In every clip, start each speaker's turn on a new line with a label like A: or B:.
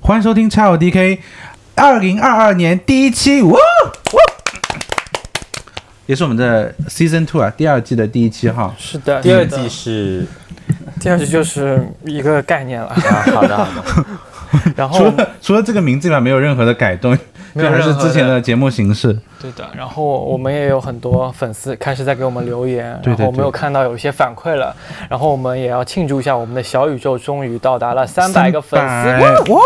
A: 欢迎收听 XLDK 二零二二年第一期，哇哇！也是我们的 Season Two 啊，第二季的第一期哈。
B: 是的，
C: 第二
B: 是的
C: 季是
B: 第二季就是一个概念了。
C: 啊，好的好的，
B: 然
A: 除
B: 后
A: 了除了这个名字以外，没有任何的改动，
B: 哦没有
A: 就还是
B: 任何的
A: 之前的节目形式。
B: 对的，然后我们也有很多粉丝开始在给我们留言，
A: 对对
B: 然后我
A: 对
B: 们有看到有一些反馈了，然后我们也要庆祝一下我们的小宇宙终于到达了三百个粉丝。
A: 300
B: 哇！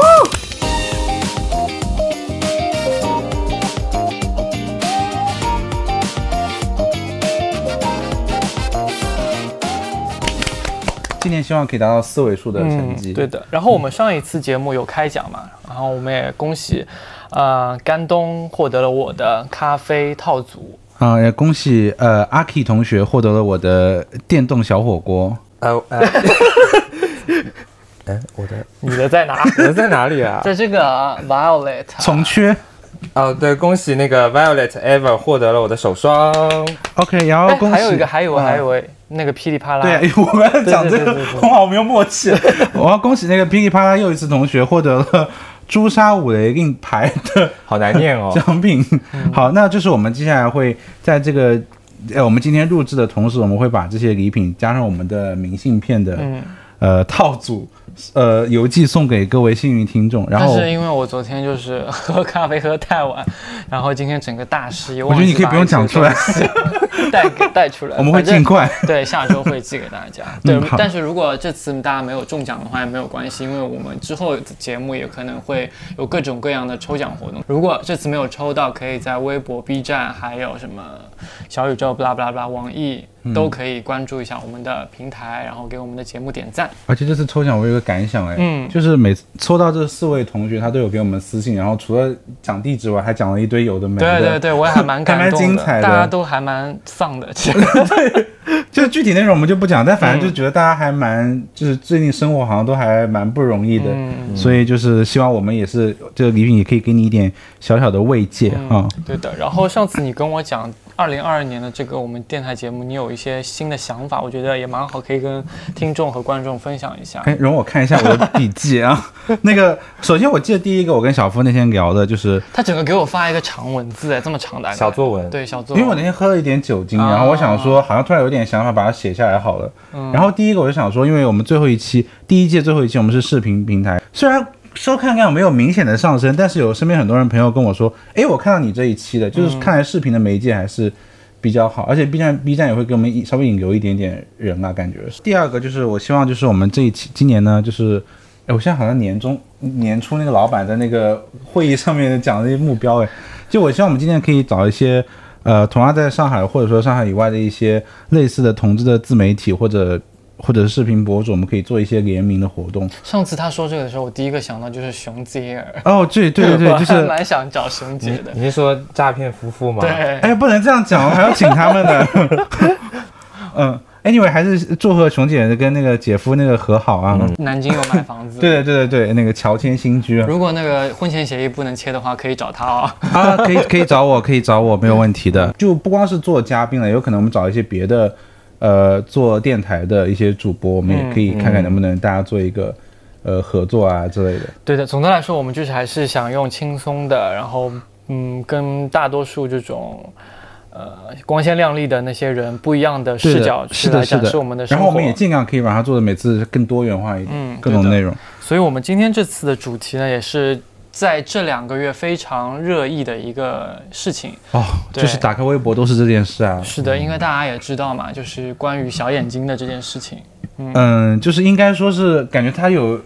A: 今年希望可以达到四位数的成
B: 嗯
A: 绩。，
B: 对的。然后我们上一次节目有开奖嘛，然后我们也恭喜，呃，甘东获得了我的咖啡套组。
A: 啊，也恭喜呃阿 K 同学获得了我的电动小火锅。
C: 呃呃， 哎，我的
B: 你的在哪？
C: 我的在哪里啊？
B: 在这个 Violet 啊
A: 从缺
C: 哦，对，恭喜那个 Violet Ever 获得了我的手霜。
A: ，OK，然后
B: 哎，
A: 恭喜
B: 还有一个，还有
A: 嗯
B: 还有哎，那个噼里啪啦。
A: 对，啊哎我们要讲这
B: 对对
A: 个
B: 对对，对
A: 我好没有默契。 我要恭喜那个噼里啪啦又一次同学获得了朱砂五雷令牌的，
C: 好难念 哦
A: 奖品。
B: 嗯
A: 好，那就是我们接下来会在这个。呃，我们今天录制的同时，我们会把这些礼品加上我们的明信片的、
B: 嗯，
A: 呃套组，呃邮寄送给各位幸运听众。然
B: 但
A: 后
B: 是因为我昨天就是喝咖啡喝太晚，然后今天整个大失业，
A: 我觉得你可以不用讲出来
B: 忘记把这些东西带给 带出来，
A: 我们会
B: 反正
A: 尽。快。
B: 对，下周会寄给大家。对，
A: 好
B: 但是如果这次大家没有中奖的话也没有关系，因为我们之后的节目也可能会有各种各样的抽奖活动。如果这次没有抽到，可以在微博、B 站，还有什么小宇宙、巴拉巴拉巴拉、网易
A: 嗯
B: 都可以关注一下我们的平台，然后给我们的节目点赞。
A: 而且这次抽奖我有个感想哎，
B: 嗯
A: 就是每次抽到这四位同学，他都有给我们私信，然后除了讲地址外，还讲了一堆有的没的。
B: 对对对，我也还蛮
A: 还
B: 感
A: 蛮
B: 动的，
A: 精彩的
B: 大家都还蛮丧的。其实
A: 就是具体内容我们就不讲，但反正就觉得大家还蛮，就是最近生活好像都还蛮不容易的，
B: 嗯
A: 所以就是希望我们也是这个礼品也可以给你一点小小的慰藉啊、
B: 嗯， 对的。然后上次你跟我讲二零二二年的这个我们电台节目，你有一些新的想法，我觉得也蛮好，可以跟听众和观众分享一下。
A: 哎，容我看一下我的笔记 啊。那个，首先我记得第一个，我跟小夫那天聊的就是，
B: 他整个给我发一个长文字，哎，这么长的
C: 小作文。
B: 对小作
A: 因为我
B: 文，
A: 那天喝了一点酒精，然后我想说，好像突然有点想法，把它写下来好了。然后第一个我就想说，因为我们最后一期，第一届最后一期我们是视频平台，虽然收看量没有明显的上升，但是有身边很多人朋友跟我说，诶，我看到你这一期的，就是看来视频的媒介还是。比较好，而且 B 站 B 站也会给我们引稍微引流一点点人啊，感觉是。第二个就是我希望就是我们这一期今年呢，就是，哎，我现在好像年终年初那个老板在那个会议上面讲的那些目标，哎，就我希望我们今年可以找一些呃，同样在上海或者说上海以外的一些类似的同志的自媒体或者或者是视频博主，我们可以做一些联名的活动。
B: 上次他说这个的时候，我第一个想到就是熊姐儿，
A: 哦，对对 对，
B: 我
A: 就
B: 还
A: 是。
B: 蛮想找熊姐的。
C: 你是说诈骗夫妇吗？，
B: 对，
A: 哎，不能这样讲，还要请他们呢。 嗯，anyway，还是祝贺熊姐跟那个姐夫那个和好啊。
B: 南京有买房 子。
A: 对对对对对，那个乔迁新居啊，
B: 如果那个婚前协议不能签的话，可以找他哦。
A: 啊可以可以找我，可以找我，没有问题的。 就不光是做嘉宾了，有可能我们找一些别的，呃，做电台的一些主播，我们也
B: 嗯
A: 可以看看能不能大家做一个，呃，合作啊之类的。
B: 对的，总的来说，我们就是还是想用轻松的，然后嗯，跟大多数这种呃光鲜亮丽的那些人不一样的
A: 对
B: 视
A: 的
B: 角去
A: 是的，
B: 来
A: 是
B: 展
A: 的
B: 示我们的生
A: 然
B: 活。
A: 后我们也尽量可以把它做的每次更多元化一点，
B: 嗯
A: 各种
B: 对的
A: 内容。
B: 所以我们今天这次的主题呢，也是在这两个月非常热议的一个事情。
A: 哦，
B: 对
A: 就是打开微博都是这件事啊。
B: 是的，因为大家也知道嘛，就是关于小眼睛的这件事情。
A: 嗯，就是应该说是感觉它有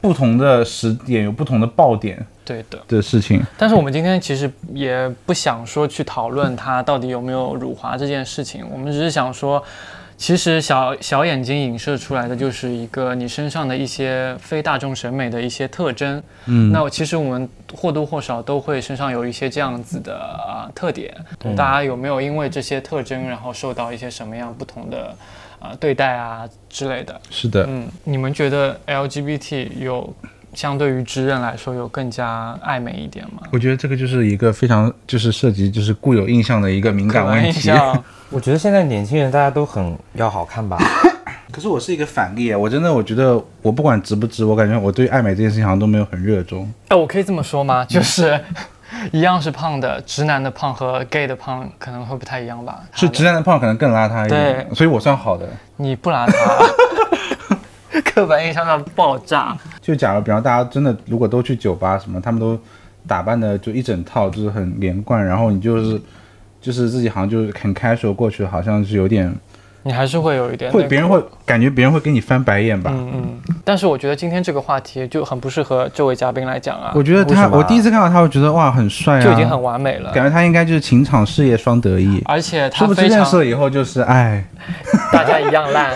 A: 不同的时点，有不同的爆点
B: 对的，
A: 的事情。
B: 但是我们今天其实也不想说去讨论它到底有没有辱华这件事情，我们只是想说，其实小小眼睛影射出来的就是一个你身上的一些非大众审美的一些特征。
A: 嗯，
B: 那其实我们或多或少都会身上有一些这样子的啊、特点。大家有没有因为这些特征，然后受到一些什么样不同的啊、对待啊之类的？
A: 是的，
B: 嗯，你们觉得 LGBT 有相对于直人来说有更加暧昧一点吗？
A: 我觉得这个就是一个非常就是涉及就是固有印象的一个敏感
B: 刻板
A: 问
B: 印
A: 题。
B: 象，
C: 我觉得现在年轻人大家都很要好看吧，
A: 可是我是一个反例，啊我真的我觉得我不管值不值，我感觉我对爱美这件事情好像都没有很热衷。
B: 哎，我可以这么说
A: 嗯
B: 吗？就是一样是胖的，直男的胖和 gay 的胖可能会不太一样吧？
A: 是直
B: 男，
A: 男的胖可能更邋遢一点，所以我算好的。
B: 你不 邋遢，刻板印象到爆炸。
A: 就假如比方大家真的如果都去酒吧什么，他们都打扮的就一整套，就是很连贯，然后你就是就是自己好像就是很 casual 过去，好像是有点
B: 你还是会有一点那
A: 会
B: 个
A: 别人会感觉别人会给你翻白眼吧。
B: 嗯嗯，但是我觉得今天这个话题就很不适合这位嘉宾来讲啊，
A: 我觉得
C: 为
A: 他，
C: 什么啊
A: 我第一次看到他，我觉得哇很帅啊，
B: 就已经很完美了。
A: 感觉他应该就是情场事业双得意。
B: 而且
A: 殊
B: 他
A: 不知
B: 非
A: 认
B: 常
A: 识了以后就是哎，
B: 大家一 样烂，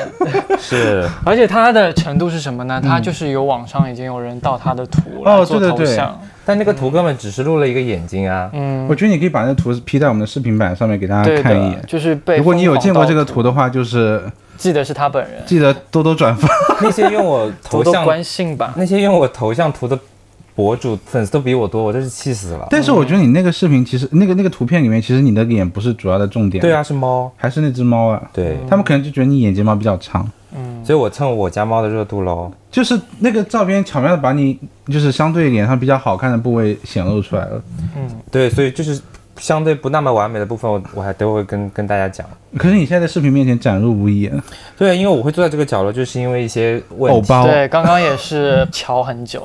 C: 是
B: 而且他的程度是什么呢？他就是有网上已经有人盗他的图来
A: 嗯哦
B: 做
A: 对对
B: 头
A: 对
B: 像，
C: 但那个图根本只是露了一个眼睛啊，
B: 嗯，
A: 我觉得你可以把那图 P 在我们的视频版上面给大家
B: 对
A: 看一
B: 的，
A: 眼。
B: 就是被
A: 如果你有
B: 疯狂
A: 见过
B: 盗
A: 这个图的话，就是
B: 记得是他本人，
A: 记得多多转发。
C: 那些用 我
B: 多
C: 头
B: 多
C: 像
B: 关心吧。
C: 那些用我头像图的博主粉丝都比我多，我真是气死了。
A: 但是我觉得你那个视频其实那个那个图片里面，其实你的脸不是主要的重点。
C: 对，啊，是猫。
A: 还是那只猫啊，
C: 对，
A: 他们可能就觉得你眼睫毛比较长。
B: 嗯
C: 所以我蹭我家猫的热度喽。
A: 就是那个照片巧妙的把你就是相对脸上比较好看的部位显露出来了。
C: 对，所以就是相对不那么完美的部分，我我还都会跟跟大家讲。
A: 可是你现在在视频面前展露无遗，
C: 对，因为我会坐在这个角落，就是因为一些问
A: 偶
C: 题。
A: 包，
B: 对，刚刚也是瞧很久，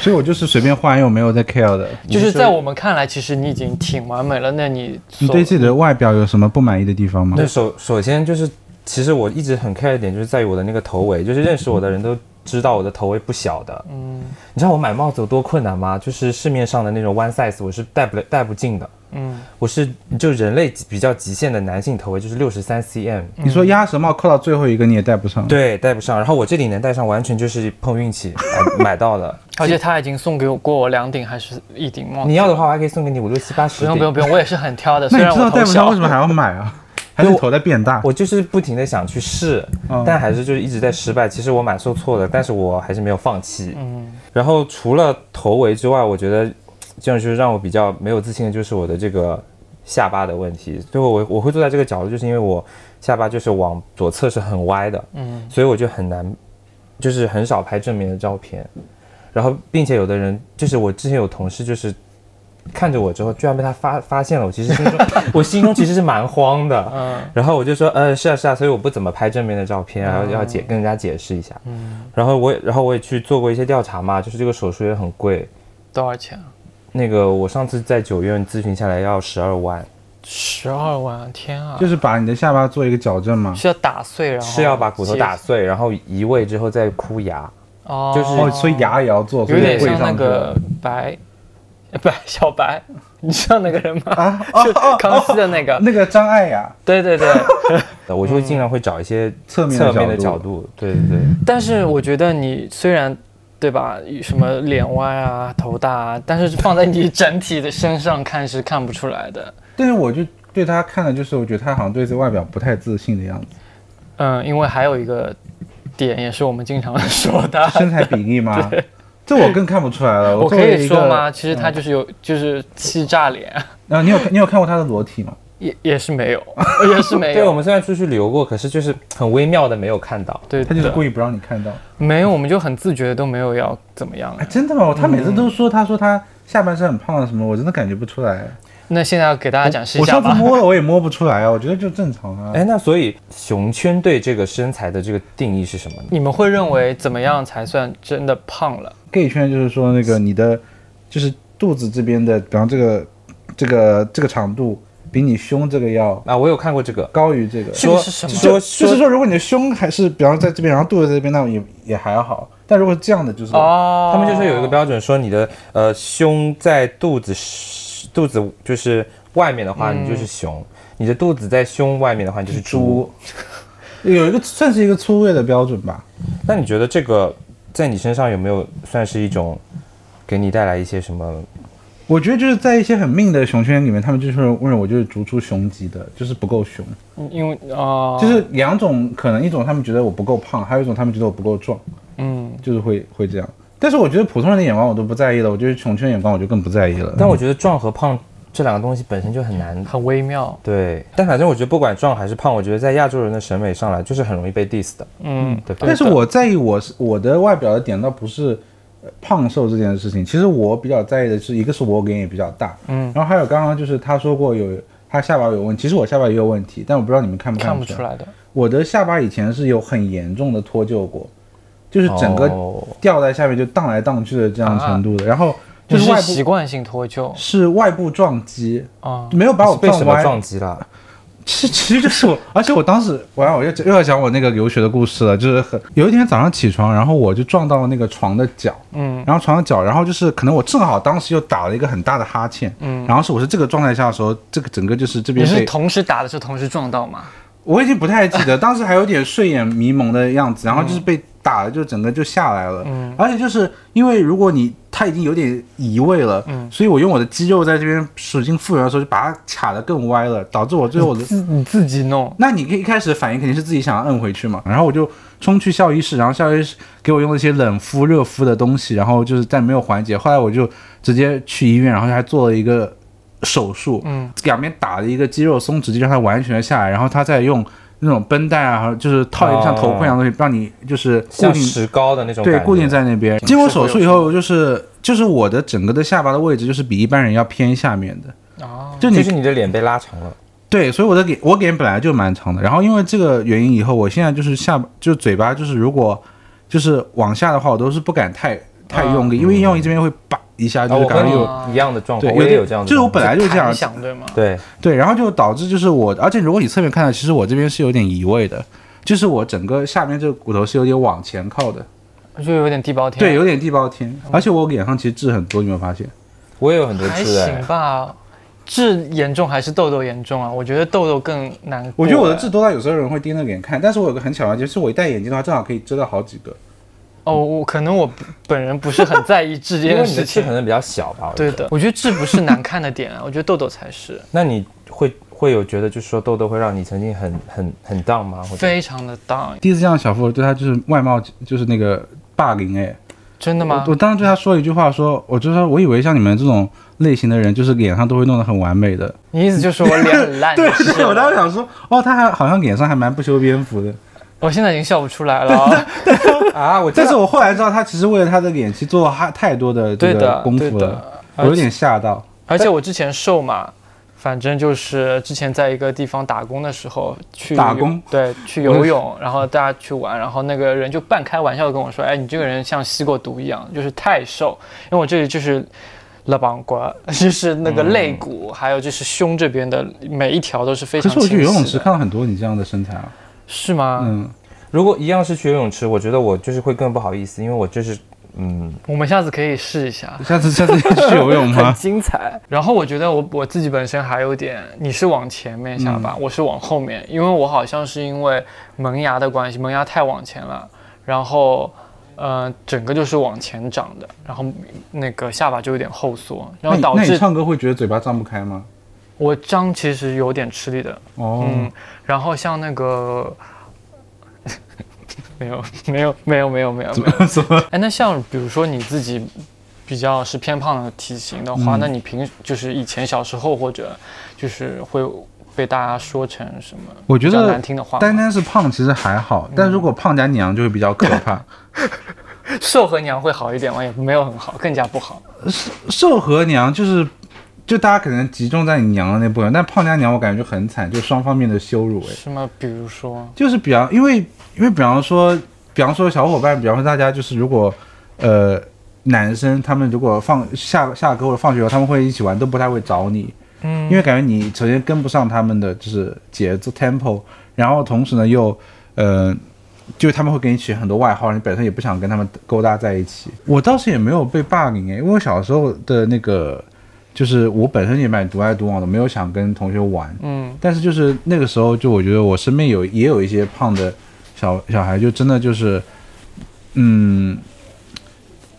A: 所以我就是随便画，因为我没有在 care 的。
B: 就是在我们看来，其实你已经挺完美了。那你
A: 你
B: 所
A: 对自己的外表有什么不满意的地方吗
C: 对，？首首先就是，其实我一直很 care 的点就是在于我的那个头围，就是认识我的人都知道我的头围不小的。嗯，你知道我买帽子有多困难吗？就是市面上的那种 one size，我是戴不了戴不进的。
B: 嗯，
C: 我是就人类比较极限的男性头围就是六十三 cm，
A: 你说鸭舌帽扣到最后一个你也戴不上，，
C: 对，戴不上。然后我这顶能戴上，完全就是碰运气买 买到的。
B: 而且他已经送给我过我两顶还是一顶帽子，
C: 你要的话，我还可以送给你五六七八十
B: 不用
C: 顶。
B: 不用不用，我也是很挑 的，
A: 那
B: 虽
A: 你
B: 然
A: 知道
B: 我
A: 戴
B: 头
A: 不上
B: 小
A: 为什，么还要买 啊？还是头在变大？
C: 我就是不停的想去试，
B: 嗯
C: 但还是就是一直在失败。其实我买受挫了，但是我还是没有放弃。
B: 嗯
C: 然后除了头围之外，我觉得这样就是让我比较没有自信的就是我的这个下巴的问题。所以我我会坐在这个角度，就是因为我下巴就是往左侧是很歪的，
B: 嗯，
C: 所以我就很难，就是很少拍正面的照片。然后，并且有的人就是我之前有同事就是。看着我之后，居然被他发发现了，我其实心中 我心中其实是蛮慌的，
B: 嗯
C: 然后我就说，呃，是啊是啊，所以我不怎么拍正面的照片，然后要解跟人家解释一下。
B: 嗯，
C: 然后我也，然后我也去做过一些调查嘛，就是这个手术也很贵。
B: 多少钱啊？
C: 那个我上次在九院咨询下来要十二万，
B: 十二万，天 啊！
A: 就是把你的下巴做一个矫正吗？
B: 是要打碎，然后
C: 是要把骨头打
B: 接
C: 碎，然后移位之后再箍牙。
B: 哦，
C: 就是
A: 哦，所以牙也要做，所
B: 有
A: 以
B: 点
A: 贵
B: 像那
A: 上去
B: 个
A: 了
B: 白 白小白，你知道那个人吗？
A: 啊哦
B: 就
A: 哦
B: 康熙的那个，
A: 那个张爱呀，
B: 对对对。
C: 我就会
B: 嗯
C: 尽量会找一些
A: 侧面的
C: 侧面的
A: 角
C: 角
A: 度
C: 度，对对对，
B: 但是我觉得你虽然对吧，什么脸歪啊、头大啊，但是放在你整体的身上看是看不出来的。
A: 但是我就对他看的就是，我觉得他好像对这外表不太自信的样 子，
B: 嗯，因为还有一个点也是我们经常说的，
A: 身材比例吗？这我更看不出来了。
B: 我
A: 作
B: 可
A: 为
B: 以
A: 一个嗯
B: 说吗？？其实他就是有，就是欺诈脸，
A: 啊，你有你有看过他的裸体吗？
B: 也也是没有， 也是没
C: 对我
B: 有。
C: 们虽然出去旅游过，可是就是很微妙的没有看到。
B: 对，
A: 他就是
B: 的
A: 故意不让你看到。
B: 没有，我们就很自觉的都没有要怎么样
A: 哎，。真的吗？他每次
B: 嗯
A: 都说，他说他下半身很胖啊什么，我真的感觉不出来。
B: 那现在要给大家展示一
A: 我
B: 下
A: 上次
B: 吧。
A: 摸了，我也摸不出来啊，我觉得就正常啊。
C: 哎，那所以熊圈对这个身材的这个定义是什么呢？
B: 你们会认为怎么样才算真的胖了？
A: gay 圈就是说那个你的就是肚子这边的，比方这个这个这个长度比你胸这个要
C: 啊，我有看过这个，
A: 高于这个。
B: 这个是什么？
C: 说
A: 就
C: 说
A: 是说，如果你的胸还是比方在这边，然后肚子这边，那也也还好。但如果这样的，就是、
B: 哦，
C: 他们就说有一个标准，说你的呃胸在肚子肚子就是外面的话，
A: 嗯
C: 你就是熊；你的肚子在胸外面的话，你就是猪。
A: 猪，有一个算是一个粗略的标准吧。
C: 那你觉得这个在你身上有没有算是一种给你带来一些什么？
A: 嗯我觉得就是在一些很命的熊圈里面，他们就是认为我就是逐出雄鸡的，就是不够熊。
B: 因为哦，
A: 就是两种可能，一种他们觉得我不够胖，还有一种他们觉得我不够壮，
B: 嗯，
A: 就是会会这样。但是我觉得普通人的眼光我都不在意了，我觉得穷圈眼光我就更不在意了。
C: 但我觉得壮和胖这两个东西本身就很难。
B: 很微妙。
C: 对，但反正我觉得不管壮还是胖，我觉得在亚洲人的审美上来就是很容易被 diss 的，
B: 嗯，
C: 对吧？
A: 但是我在意我是我的外表的点倒不是呃胖瘦这件事情，其实我比较在意的是一个是我脸也比较大，嗯，然后还有刚刚就是他说过有他下巴有问题，其实我下巴也有问题，但我不知道你们看不
B: 看
A: 不
B: 不出。来的。
A: 我的下巴以前是有很严重的脱臼过，就是整个
C: 哦
A: 掉在下面就荡来荡去的这样的程度的，然后就
B: 就是是
A: 外部
B: 习惯性脱臼
A: 是外部撞击，
B: 啊，
A: 没有把我
C: 是被什
A: 撞
C: 么
A: 歪，
C: 撞击了？
A: 其实其实就是我，而且我当时，完了我又又要讲我那个留学的故事了，就是很有一天早上起床，然后我就撞到那个床的角，
B: 嗯，
A: 然后床的角，然后就是可能我正好当时又打了一个很大的哈欠，嗯，然后是我是这个状态下的时候，这个整个就是这
B: 你
A: 边
B: 是
A: 被
B: 同时打的是同时撞到吗？
A: 我已经不太记得，当时还有点睡眼迷蒙的样子，然后就是被打了，就整个就下来了。嗯，而且就是因为如果你他已经有点移位了，嗯，所以我用我的肌肉在这边使劲复原的时候，就把它卡得更歪了，导致我最后我的
B: 自你自己弄，
A: 那你可以一开始反应肯定是自己想要摁回去嘛，然后我就冲去校医室，然后校医室给我用了一些冷敷、热敷的东西，然后就是但没有缓解，后来我就直接去医院，然后还做了一个手术，
B: 嗯，
A: 两边打了一个肌肉松弛剂，让它完全下来，然后他再用那种绷带啊，就是套一个像头盔一样的东西，让你就是固
C: 像
A: 定
C: 石膏的那种感
A: 对，
C: 觉，
A: 固定在那边。经过手术以后，就是就是我的整个的下巴的位置就是比一般人要偏下面的，
B: 哦，
A: 就你
C: 就是你的脸被拉长了。
A: 对，所以我的脸我脸本来就蛮长的，然后因为这个原因，以后我现在就是下巴就嘴巴就是如果就是往下的话，我都是不敢太太用力，因为用力这边会叭一下，
C: 啊，
A: 就是
C: 我
A: 感
C: 跟
A: 觉有、
C: 你一样的状
A: 对
C: 况，我也
A: 点
C: 有这样的状况。
A: 就是我本来就这样
B: 弹，响对吗？
C: 对，
A: 对，然后就导致就是我，而且如果你侧面看到，其实我这边是有点移位的，就是我整个下面这个骨头是有点往前靠的，
B: 就有点地包天。
A: 对，有点地包天，而且我脸上其实痣很多，你有没有发现？
C: 我也有很多
B: 还
C: 痣哎
B: 行。吧，痣严重还是痘痘严重啊？我觉得痘痘更难过哎。
A: 我觉得我的痣多到有时候有人会盯着脸看，但是我有个很巧的，就是我一戴眼镜的话，正好可以遮到好几个。
B: 哦，我可能我本人不是很在意痣这
C: 因
B: 件
C: 为你的
B: 事
C: 痣可
B: 情。
C: 能比较小吧，我觉
B: 对
C: 得。
B: 的，我觉得痣不是难看的点 啊，我觉得痘痘才是
C: 那你会会有觉得，就是说痘痘会让你曾经很很很 down 吗？或者
B: 非常的 down。
A: 第一次见到小付，我对他就是外貌就是那个霸凌哎，
B: 真的吗
A: 我？我当时对他说了一句话说，我就说我以为像你们这种类型的人，就是脸上都会弄得很完美 的。
B: 你意思就是我脸很烂？就 是
A: 对，我当时想说，哦，他还好像脸上还蛮不修边幅的。
B: 我现在已经笑不出来 了。
C: 啊，我
A: 但
C: 这
A: 是我后来知道，他其实为了他的脸，其实做了太太多的这
B: 对
A: 个
B: 的，
A: 功
B: 对
A: 夫了，
B: 的。
A: 我有点吓到。
B: 而且我之前瘦嘛，反正就是之前在一个地方打工的时候去
A: 打工，
B: 对，去游泳，然后大家去玩，然后那个人就半开玩笑的跟我说：“哎，你这个人像吸过毒一样，就是太瘦。”因为我这里就是肋膀骨，就是那个肋骨，还有就是胸这边的每一条都是非
A: 嗯可
B: 常
A: 是我
B: 清晰的。
A: 去游泳池看到很多你这样的身材啊，
B: 是吗？
A: 嗯，
C: 如果一样是去游泳池，我觉得我就是会更不好意思，因为我就是嗯，
B: 我们下次可以试一下。
A: 下次 下次要去游泳 吗？
B: 精彩。然后我觉得我我自己本身还有点，你是往前面下
A: 嗯
B: 巴，我是往后面，因为我好像是因为门牙的关系，门牙太往前了，然后呃整个就是往前长的，然后那个下巴就有点后缩，然
A: 那
B: 后
A: 你
B: 导
A: 那你
B: 致
A: 唱歌会觉得嘴巴张不开吗？
B: 我张其实有点吃力的，
A: 哦，
B: 嗯，然后像那个。 没有没有没有没有没有没有，
A: 怎 么？
B: 哎，那像比如说你自己比较是偏胖的体型的话，
A: 嗯
B: 那你平就是以前小时候或者就是会被大家说成什么
A: 我觉
B: 比较
A: 得
B: 难听的话吗？
A: 单单是胖其实还好，
B: 嗯
A: 但如果胖加娘就会比较可怕。
B: 瘦和娘会好一点吗？也没有很好，更加不好。
A: 瘦和娘就是，就大家可能集中在你娘的那部分，但胖加娘我感觉就很惨，就双方面的羞辱、哎，
B: 是吗？比如说，
A: 就是比方，因为因为比方说，比方说小伙伴，比方说大家就是如果，呃，男生他们如果放下下课或者放学后他们会一起玩，都不太会找你，
B: 嗯，
A: 因为感觉你首先跟不上他们的就是节奏 tempo，然后同时呢又，呃，就他们会给你取很多外号，你本身也不想跟他们勾搭在一起。我倒是也没有被霸凌哎诶，因为我小时候的那个，就是我本身也蛮独来独往的，没有想跟同学玩。
B: 嗯，
A: 但是就是那个时候，就我觉得我身边有也有一些胖的小小孩，就真的就是，嗯，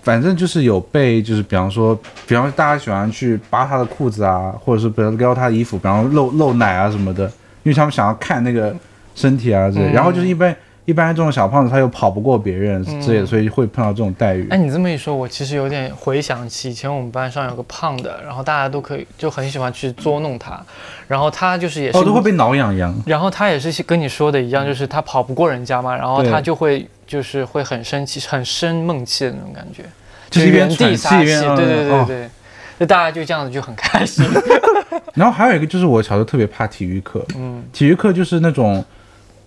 A: 反正就是有被就是比方说，比方说大家喜欢去扒他的裤子啊，或者是比如撩他的衣服，比方说露露奶啊什么的，因为他们想要看那个身体啊之类的。然后就是一般一般这种小胖子他又跑不过别人之类的，所以会碰到这种待遇。
B: 哎，你这么一说，我其实有点回想起以前我们班上有个胖的，然后大家都可以就很喜欢去捉弄他，然后他就是也是
A: 哦，都会被挠痒痒。
B: 然后他也是跟你说的一样，就是他跑不过人家嘛，然后
A: 嗯对
B: 他就会就是会很生气、很生闷气的那种感觉，
A: 就是一边
B: 原地
A: 喘
B: 撒
A: 气一边
B: 对对对
A: 嗯
B: 对对，就大家就这样子就很 开心。
A: 然后还有一个就是我小时候特别怕体育课，
B: 嗯，
A: 体育课就是那种，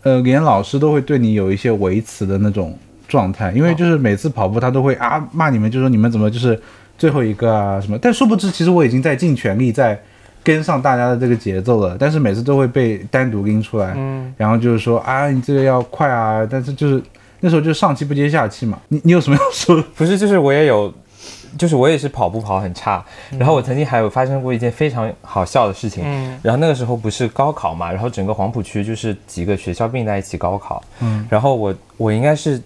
A: 呃，连老师都会对你有一些维持的那种状态，因为就是每次跑步他都会啊骂你们，就说你们怎么就是最后一个啊什么，但殊不知其实我已经在尽全力在跟上大家的这个节奏了，但是每次都会被单独拎出来，
B: 嗯，
A: 然后就是说啊你这个要快啊，但是就是那时候就上气不接下气嘛，你你有什么要说的？
C: 不是，就是我也有，就是我也是跑步跑很差。然后我曾经还有发生过一件非常好笑的事情。
B: 嗯
C: 然后那个时候不是高考嘛，然后整个黄浦区就是几个学校并在一起高考。
A: 嗯
C: 然后我我应该是，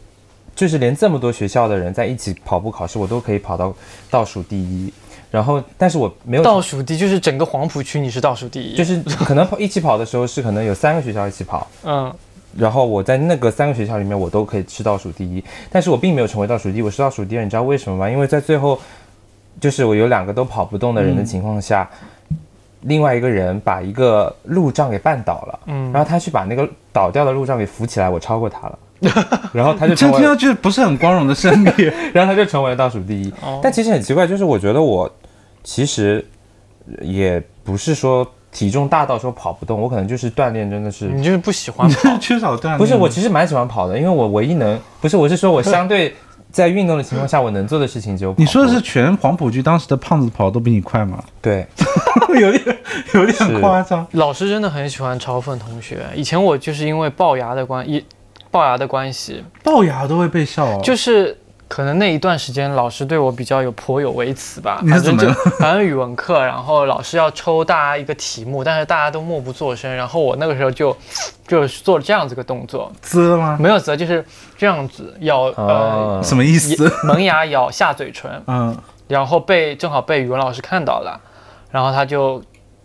C: 就是连这么多学校的人在一起跑步考试，我都可以跑到倒数第一。然后，但是我没有
B: 倒数第一就是整个黄浦区你是倒数第一，
C: 就是可能一起跑的时候是可能有三个学校一起跑，
B: 嗯
C: 然后我在那个三个学校里面我都可以吃倒数第一，但是我并没有成为倒数第一，我是倒数第二，你知道为什么吗？因为在最后，就是我有两个都跑不动的人的情况下，另外一个人把一个路障给绊倒了，
B: 嗯
C: 然后他去把那个倒掉的路障给扶起来，我超过他了。然后他就
A: 这
C: 成为
A: 听上去不是很光荣的 胜利。
C: 然后他就成为了倒数第一。
B: 哦
C: 但其实很奇怪，就是我觉得我其实也不是说体重大到说跑不动，我可能就是锻炼真的是。
B: 你就是不喜欢跑
A: 就是，缺少锻炼。
C: 不是，我其实蛮喜欢跑的，因为我唯一能不是，我是说我相对在运动的情况下，我能做的事情只有跑步。
A: 你说的是全黄浦区当时的胖子跑都比你快吗？
C: 对，
A: 有点有点夸张。
B: 老师真的很喜欢嘲讽同学。以前我就是因为龅牙的关一龅牙的关系，
A: 龅牙都会被笑哦。
B: 就是可能那一段时间老师对我比较有颇有微词吧。
A: 你是
B: 反正
A: 怎
B: 就
A: 么
B: 反正语文课，然后老师要抽大家一个题目，但是大家都默不作声。然后我那个时候就就做了这样子个动作，
A: 啧吗？
B: 没有责就是这样子咬呃。
C: 啊，
A: 哎什哦么意思？
B: 门牙咬下嘴唇，
A: 嗯，
B: 然后被正好被语文老师看到了，然后他就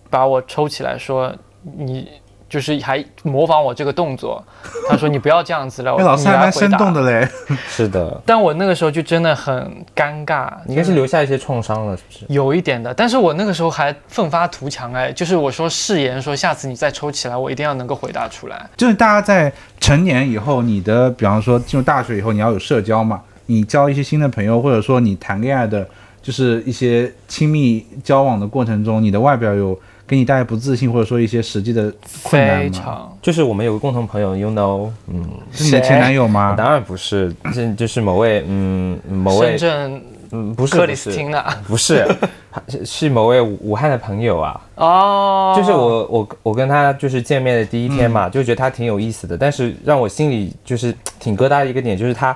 B: 把我抽起来说：“你就是还模仿我这个动作。”他说：“你不要这样 子了，
A: 哎，老师
B: 你
A: 还
B: 来
A: 蛮
B: 回
A: 生
B: 答。
A: 动的嘞。
C: 是的，
B: 但我那个时候就真的很尴尬，
C: 你应该是留下一些创伤了，是不是？
B: 有一点的，但是我那个时候还奋发图强哎，就是我说誓言说下次你再抽起来，我一定要能够回答出来。
A: 就是大家在成年以后，你的比方说进入大学以后，你要有社交嘛，你交一些新的朋友，或者说你谈恋爱的，就是一些亲密交往的过程中，你的外表有给你带来不自信，或者说一些实际的困难
B: 非
A: 吗？
B: 常
C: 就是我们有个共同朋友，you know，嗯，
A: 是你的前男友吗？
C: 当然不是，这就是某位，嗯，
B: 深
C: 某位，
B: 圳
C: 嗯，不是，
B: 克
C: 不
B: 里斯
C: 是，
B: 汀娜
C: 不是， 是是某位武汉的朋友啊，
B: 哦，
C: 就是我我我跟他就是见面的第一天
A: 嗯
C: 嘛，就觉得他挺有意思的，但是让我心里就是挺疙瘩的一个点，就是他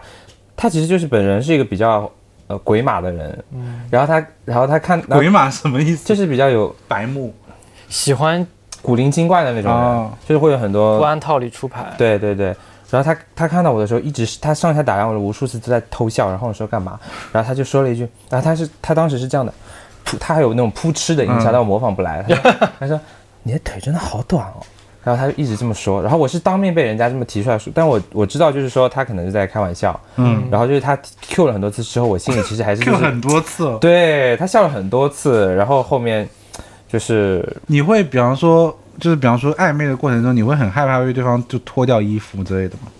C: 他其实就是本人是一个比较呃鬼马的人，然后他然后他看然后
A: 嗯鬼马什么意思？
C: 就是比较有
A: 白目。
B: 喜欢
C: 古灵精怪的那种人，
A: 哦
C: 就是会有很
B: 不
C: 多
B: 按套理出牌，
C: 对对对。然后他他看到我的时候，一直是他上下打量我的无数次都在偷笑，然后我说干嘛？然后他就说了一句，然后他是他当时是这样的，噗他还有那种扑哧的音
A: 嗯
C: 效，但我模仿不来。他说 他说你的腿真的好短哦，然后他就一直这么说，然后我是当面被人家这么提出来说，但我我知道就是说他可能是在开玩笑，
A: 嗯
C: 然后就是他 Q 了很多次之后，我心里其实还是 就
A: ，Q
C: 是
A: 很多次哦。
C: 对他笑了很多次，然后后面就是
A: 你会比方说，就是比方说暧昧的过程中，你会很害怕被对方就脱掉衣服之类的吗？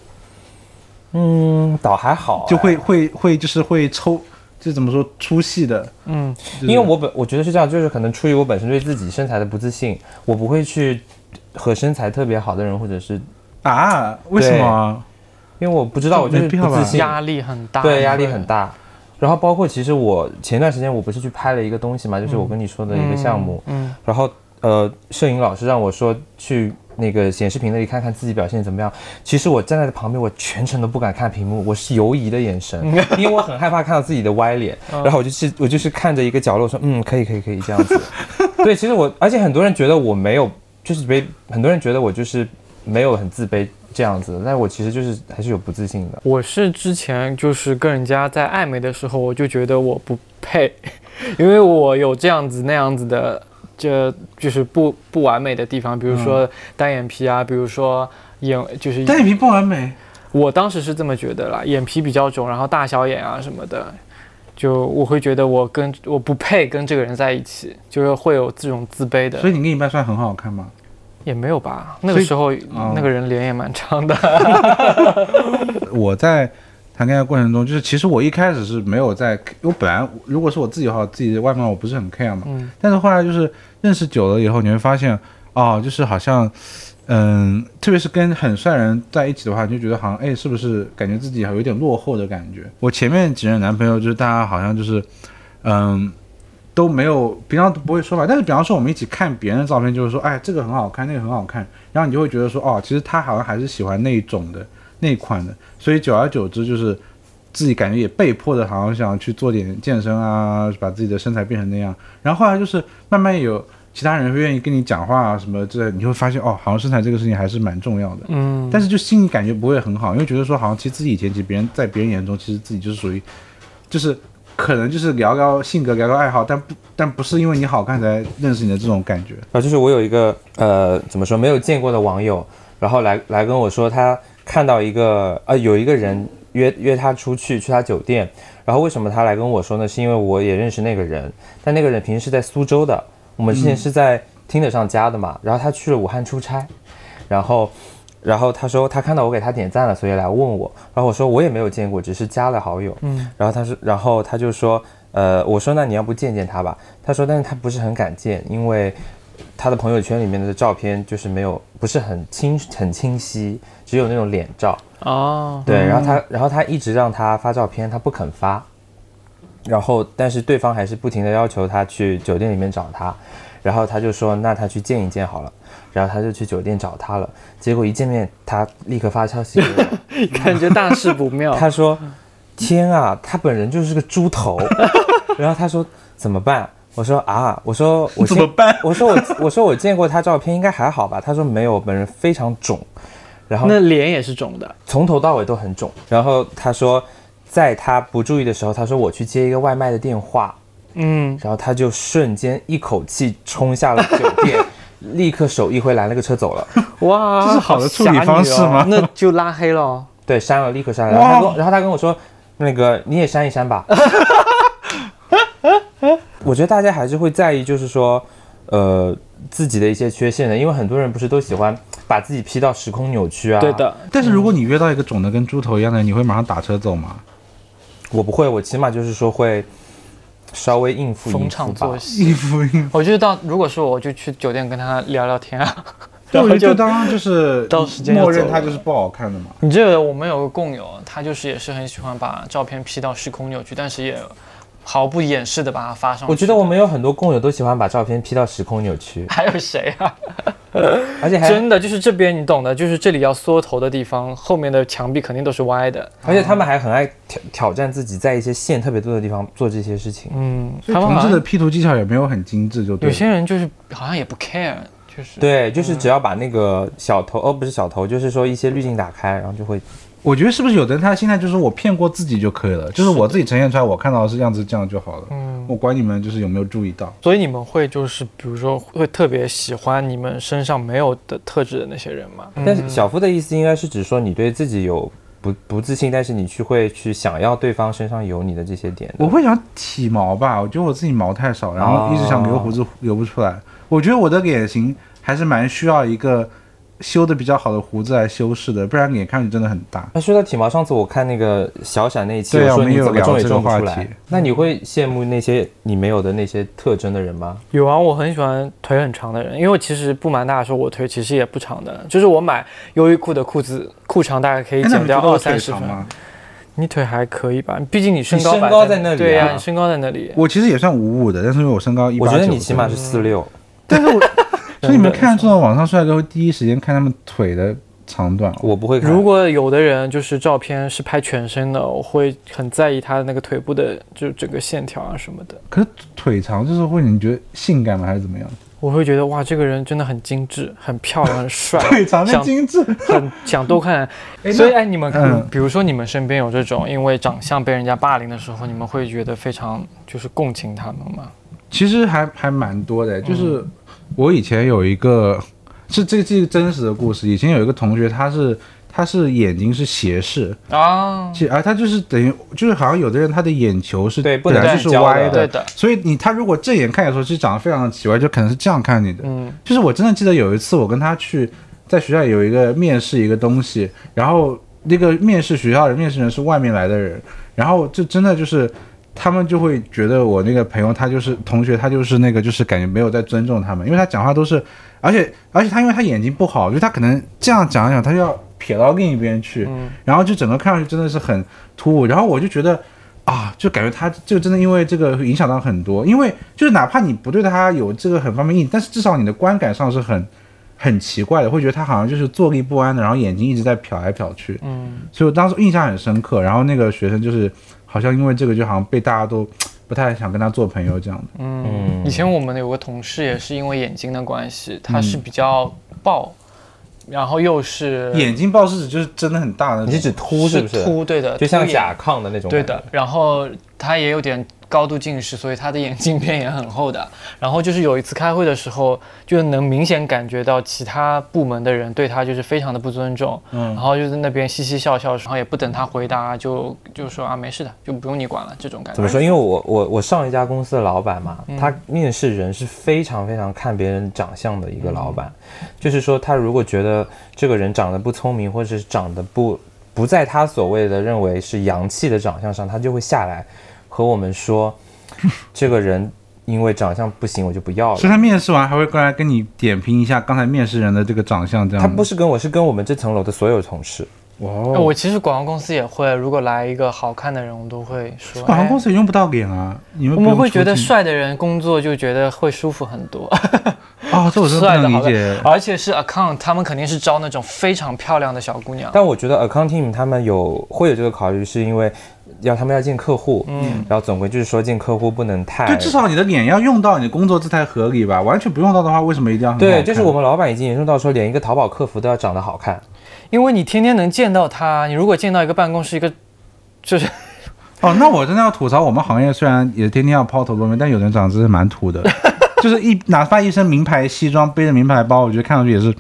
C: 嗯倒还好哎、
A: 就会会会就是会抽，就怎么说出戏的？
B: 嗯，
A: 就是
C: 因为我本我觉得是这样，就是可能出于我本身对自己身材的不自信，我不会去和身材特别好的人，或者是
A: 啊，为什么啊？
C: 因为我不知道，我就是
A: 没必要
C: 不
A: 吧
C: 自信，
B: 压力很大，
C: 对压力很。大。然后包括其实我前段时间我不是去拍了一个东西嘛，就是
A: 嗯
C: 我跟你说的一个项目，
B: 嗯，
C: 然后呃摄影老师让我说去那个显示屏那里看看自己表现怎么样。其实我站在旁边，我全程都不敢看屏幕，我是犹疑的眼神，因为我很害怕看到自己的歪脸。然后我就是我就是看着一个角落说，嗯，可以可以可以这样子。对，其实我而且很多人觉得我没有，就是被很多人觉得我就是没有很自卑这样子，但我其实就是还是有不自信的。
B: 我是之前就是跟人家在暧昧的时候，我就觉得我不配，因为我有这样子那样子的，这就是不嗯不完美的地方，比如说单眼皮啊，比如说眼就是
A: 单眼皮不完美，
B: 我当时是这么觉得啦，眼皮比较肿，然后大小眼啊什么的，就我会觉得我跟我不配跟这个人在一起，就是会有这种自卑的。
A: 所以你另一半算很好看吗？
B: 也没有吧，那个时候、那个人脸也蛮长的。
A: 我在谈恋爱过程中，就是其实我一开始是没有在，我本来如果是我自己的话，自己的外貌我不是很 care 嘛。
B: 嗯
A: 但是后来就是认识久了以后，你会发现，哦，就是好像，嗯，特别是跟很帅的人在一起的话，你就觉得好像，哎，是不是感觉自己有点落后的感觉？我前面几任男朋友就是大家好像就是，嗯。都没有，平常都不会说吧。但是，比方说我们一起看别人的照片，就是说，哎，这个很好看，那个很好看，然后你就会觉得说，哦，其实他好像还是喜欢那一种的那一款的。所以久而久之，就是自己感觉也被迫的，好像想要去做点健身啊，把自己的身材变成那样。然后后来就是慢慢有其他人会愿意跟你讲话啊什么之类的，你会发现哦，好像身材这个事情还是蛮重要的。
B: 嗯，
A: 但是就心里感觉不会很好，因为觉得说好像其实自己以前其实别人在别人眼中其实自己就是属于，就是可能就是聊聊性格聊聊爱好，但不但不是因为你好看才认识你的这种感觉。
C: 啊，就是我有一个呃，怎么说没有见过的网友，然后来来跟我说，他看到一个呃，有一个人约约他出去去他酒店，然后为什么他来跟我说呢？是因为我也认识那个人，但那个人平时是在苏州的，我们之前是在听得上加的嘛，然后他去了武汉出差，然后。然后他说他看到我给他点赞了，所以来问我。然后我说我也没有见过，只是加了好友。嗯。然后他说，然后他就说，呃，我说那你要不见见他吧？他说，但是他不是很敢见，因为他的朋友圈里面的照片就是没有，不是很清很清晰，只有那种脸照。
B: 哦，
C: 对，然后他，然后他一直让他发照片，他不肯发，然后但是对方还是不停的要求他去酒店里面找他，然后他就说那他去见一见好了，然后他就去酒店找他了，结果一见面他立刻发消息给我，
B: 感觉大事不妙。
C: 他说：“天啊，他本人就是个猪 头。” 然后他说：“怎么办？”我说：“啊，我说我
A: 怎
C: 见
A: 么办
C: 我说我我说我见过他照片，应该还好吧？”他说：“没有，本人非常肿，然后
B: 那脸也是肿的，
C: 从头到尾都很肿。”然后他说，在他不注意的时候，他说：“我去接一个外卖的电话。”
B: 嗯，
C: 然后他就瞬间一口气冲下了酒 店，立刻手一挥拦了个车走了。
B: 哇，
A: 这是好的处理方式吗
B: 好侠女哦那就拉黑了哦。
C: 对，删了，立刻删了。然后他跟
A: 哇
C: 我，然后他跟我说，那个你也删一删吧。 我觉得大家还是会在意，就是说，呃，自己的一些缺陷的，因为很多人不是都喜欢把自己 P 到时空扭曲啊。
B: 对，的，
A: 但是如果你约到一个肿的跟猪头一样的，你会马上打车走吗？
C: 我不会，我起码就是说会稍微应付
B: 逢
C: 应
B: 场
C: 付
B: 作
C: 吧。
B: 戏。
A: 衣服，
B: 我就到，如果是我，我就去酒店跟他聊聊天啊。 然
A: 我
B: 后
A: 觉
B: 就
A: 得当就是
B: 到时间就
A: 默认
B: 走
A: 他
B: 了
A: 就是不好看的嘛。
B: 你这个我们有个共友，他就是也是很喜欢把照片 P 到时空扭曲，但是也毫不掩饰的把它发上去。
C: 我觉得我们有很多共友都喜欢把照片 P 到时空扭曲，
B: 还有谁啊？
C: 而且还
B: 真的就是这边你懂的，就是这里要缩头的地方，后面的墙壁肯定都是歪的。
C: 而且他们还很爱挑挑战自己，在一些线特别多的地方做这些事情。
B: 嗯，
A: 所以
B: 他们
A: 同
B: 好
A: 志的
B: 像
A: P 图技巧也没有很精致，就对
B: 有
A: 了。
B: 些人就是好像也不 care，就是
C: 对，
A: 嗯
C: 就是只要把那个小头，哦，不是小头，就是说一些滤镜打开，然后就会。
A: 我觉得是不是有的人他的心态就是我骗过自己就可以了，就是我自己呈现出来我看到的是样子，这样就好了。
B: 嗯，
A: 我管你们就是有没有注意到。
B: 所以你们会就是比如说会特别喜欢你们身上没有的特质的那些人吗？
A: 嗯
C: 但是小夫的意思应该是指说你对自己有不不自信，但是你去会去想要对方身上有你的这些点的。
A: 我会想体毛吧，我觉得我自己毛太少，然后一直想留胡
C: 哦
A: 子留不出来。我觉得我的脸型还是蛮需要一个修的比较好的胡子来修饰的，不然脸看上去真的很大。
C: 那说到体毛，上次我看那个小闪那一期，
A: 对啊
C: 我
A: 我
C: 说
A: 们
C: 你
A: 有
C: 怎么
A: 聊
C: 种也
A: 这个
C: 种不
A: 话
C: 出来
A: 题。
C: 那你会羡慕那些你没有的那些特征的人吗？
B: 有啊，我很喜欢腿很长的人，因为其实不瞒大家说，我腿其实也不长的，就是我买优衣库的裤子，裤长大概可以
A: 哎那
B: 减
A: 你觉
B: 掉
A: 得
B: 二
A: 我
B: 三
A: 腿
B: 十
A: 长
B: 分。
A: 吗？
B: 你腿还可以吧？毕竟你身
C: 你
B: 高
C: 身
B: 摆
C: 高在
B: 在
C: 那里
B: 对呀、
C: 啊
B: 你身高在那里。
A: 我其实也算五五的，但是因为我身高一
C: 我
A: 八九，
C: 觉得你起码是四六。
A: 但是 我，所以你们看这种网上帅哥会第一时间看他们腿的长短。哦
C: 我不会看。
B: 如果有的人就是照片是拍全身的，我会很在意他的那个腿部的就整个线条啊什么的，
A: 可是腿长就是会你觉得性感吗？还是怎么样？
B: 我会觉得哇，这个人真的很精致，很漂亮，很帅，
A: 腿长跟
B: 想
A: 精致，
B: 很 想多看。
A: 哎
B: 所以哎，你们、
A: 嗯
B: 比如说你们身边有这种因为长相被人家霸凌的时候，你们会觉得非常就是共情他们吗？
A: 其实还还蛮多
C: 嗯
A: 的，就是我以前有一个，是这这个真实的故事。以前有一个同学，他是他是眼睛是斜视，
B: 啊，
A: 其实啊，他就是等于就是好像有的人他的眼球是
C: 对不
A: 本
C: 能
A: 来就
C: 对
A: 是
C: 焦的
A: 歪
B: 对的
A: 所以你他如果正眼看你的时候，其实长得非常的奇怪，就可能是这样看你的。
B: 嗯，
A: 就是我真的记得有一次我跟他去在学校有一个面试一个东西，然后那个面试学校的面试人是外面来的人，然后就真的就是。他们就会觉得我那个朋友他就是同学，他就是那个就是感觉没有在尊重他们，因为他讲话都是，而且而且他因为他眼睛不好，就是他可能这样讲一讲，他就要撇到另一边去，然后就整个看上去真的是很突兀，然后我就觉得啊，就感觉他就真的因为这个影响到很多，因为就是哪怕你不对他有这个很方面意，但是至少你的观感上是很很奇怪的，会觉得他好像就是坐立不安的，然后眼睛一直在瞟来瞟去，
B: 嗯，
A: 所以我当时印象很深刻。然后那个学生就是好像因为这个就好像被大家都不太想跟他做朋友这样的，
C: 嗯
B: 以前我们有个同事也是因为眼睛的关系，他
C: 嗯
B: 是比较暴，然后又是
A: 眼睛暴是指就是真的很大的那种，
C: 你是指凸是不是？
B: 凸，对的，
C: 就像
B: 凸眼
C: 甲亢的那种。
B: 对的，，然后他也有点高度近视，所以他的眼镜片也很厚的。然后就是有一次开会的时候，就能明显感觉到其他部门的人对他就是非常的不尊重，
A: 嗯
B: 然后就在那边嘻嘻笑笑，然后也不等他回答，就就说啊没事的，就不用你管了这种感觉。
C: 怎么说？因为我我我上一家公司的老板嘛，他面试人是非常非常看别人长相的一个老板，就是说他如果觉得这个人长得不聪明，或者是长得不不在他所谓的认为是洋气的长相上，他就会下来和我们说，这个人因为长相不行，我就不要了
A: 所以。他面试完还会过来跟你点评一下刚才面试人的这个长相这样
C: 他
A: 的。
C: 不是跟我，是跟我们这层楼的所有同事。
A: 哇
B: 哎
A: 哦，
B: 我其实广告公司也会，如果来一个好看的人，我都会说。
A: 广告公
B: 哎
A: 司也用不到脸啊，你们不
B: 我们
A: 用
B: 会
A: 出
B: 觉得
A: 镜
B: 帅的人工作就觉得会舒服很多。
A: 啊、这我真的
B: 帅
A: 不
B: 的
A: 能
B: 好
A: 理解
B: 看，。而且是 account，他们肯定是招那种非常漂亮的小姑娘。
C: 但我觉得 accounting 他们有会有这个考虑，是因为要他们要见客户，
B: 嗯，
C: 然后总归就是说见客户不能太
A: 对，至少你的脸要用到你的工作，这才合理吧？完全不用到的话，为什么一定要很好
C: 对，
A: 看
C: 就是我们老板已经严重到说，连一个淘宝客服都要长得好看。
B: 因为你天天能见到她，你如果见到一个办公室一个，就是
A: 哦。那我真的要吐槽，我们行业虽然也天天要抛头露面，但有的人长得真是蛮土 的，就是一哪怕一身名牌西装，背着名牌包，我觉得看上去也是，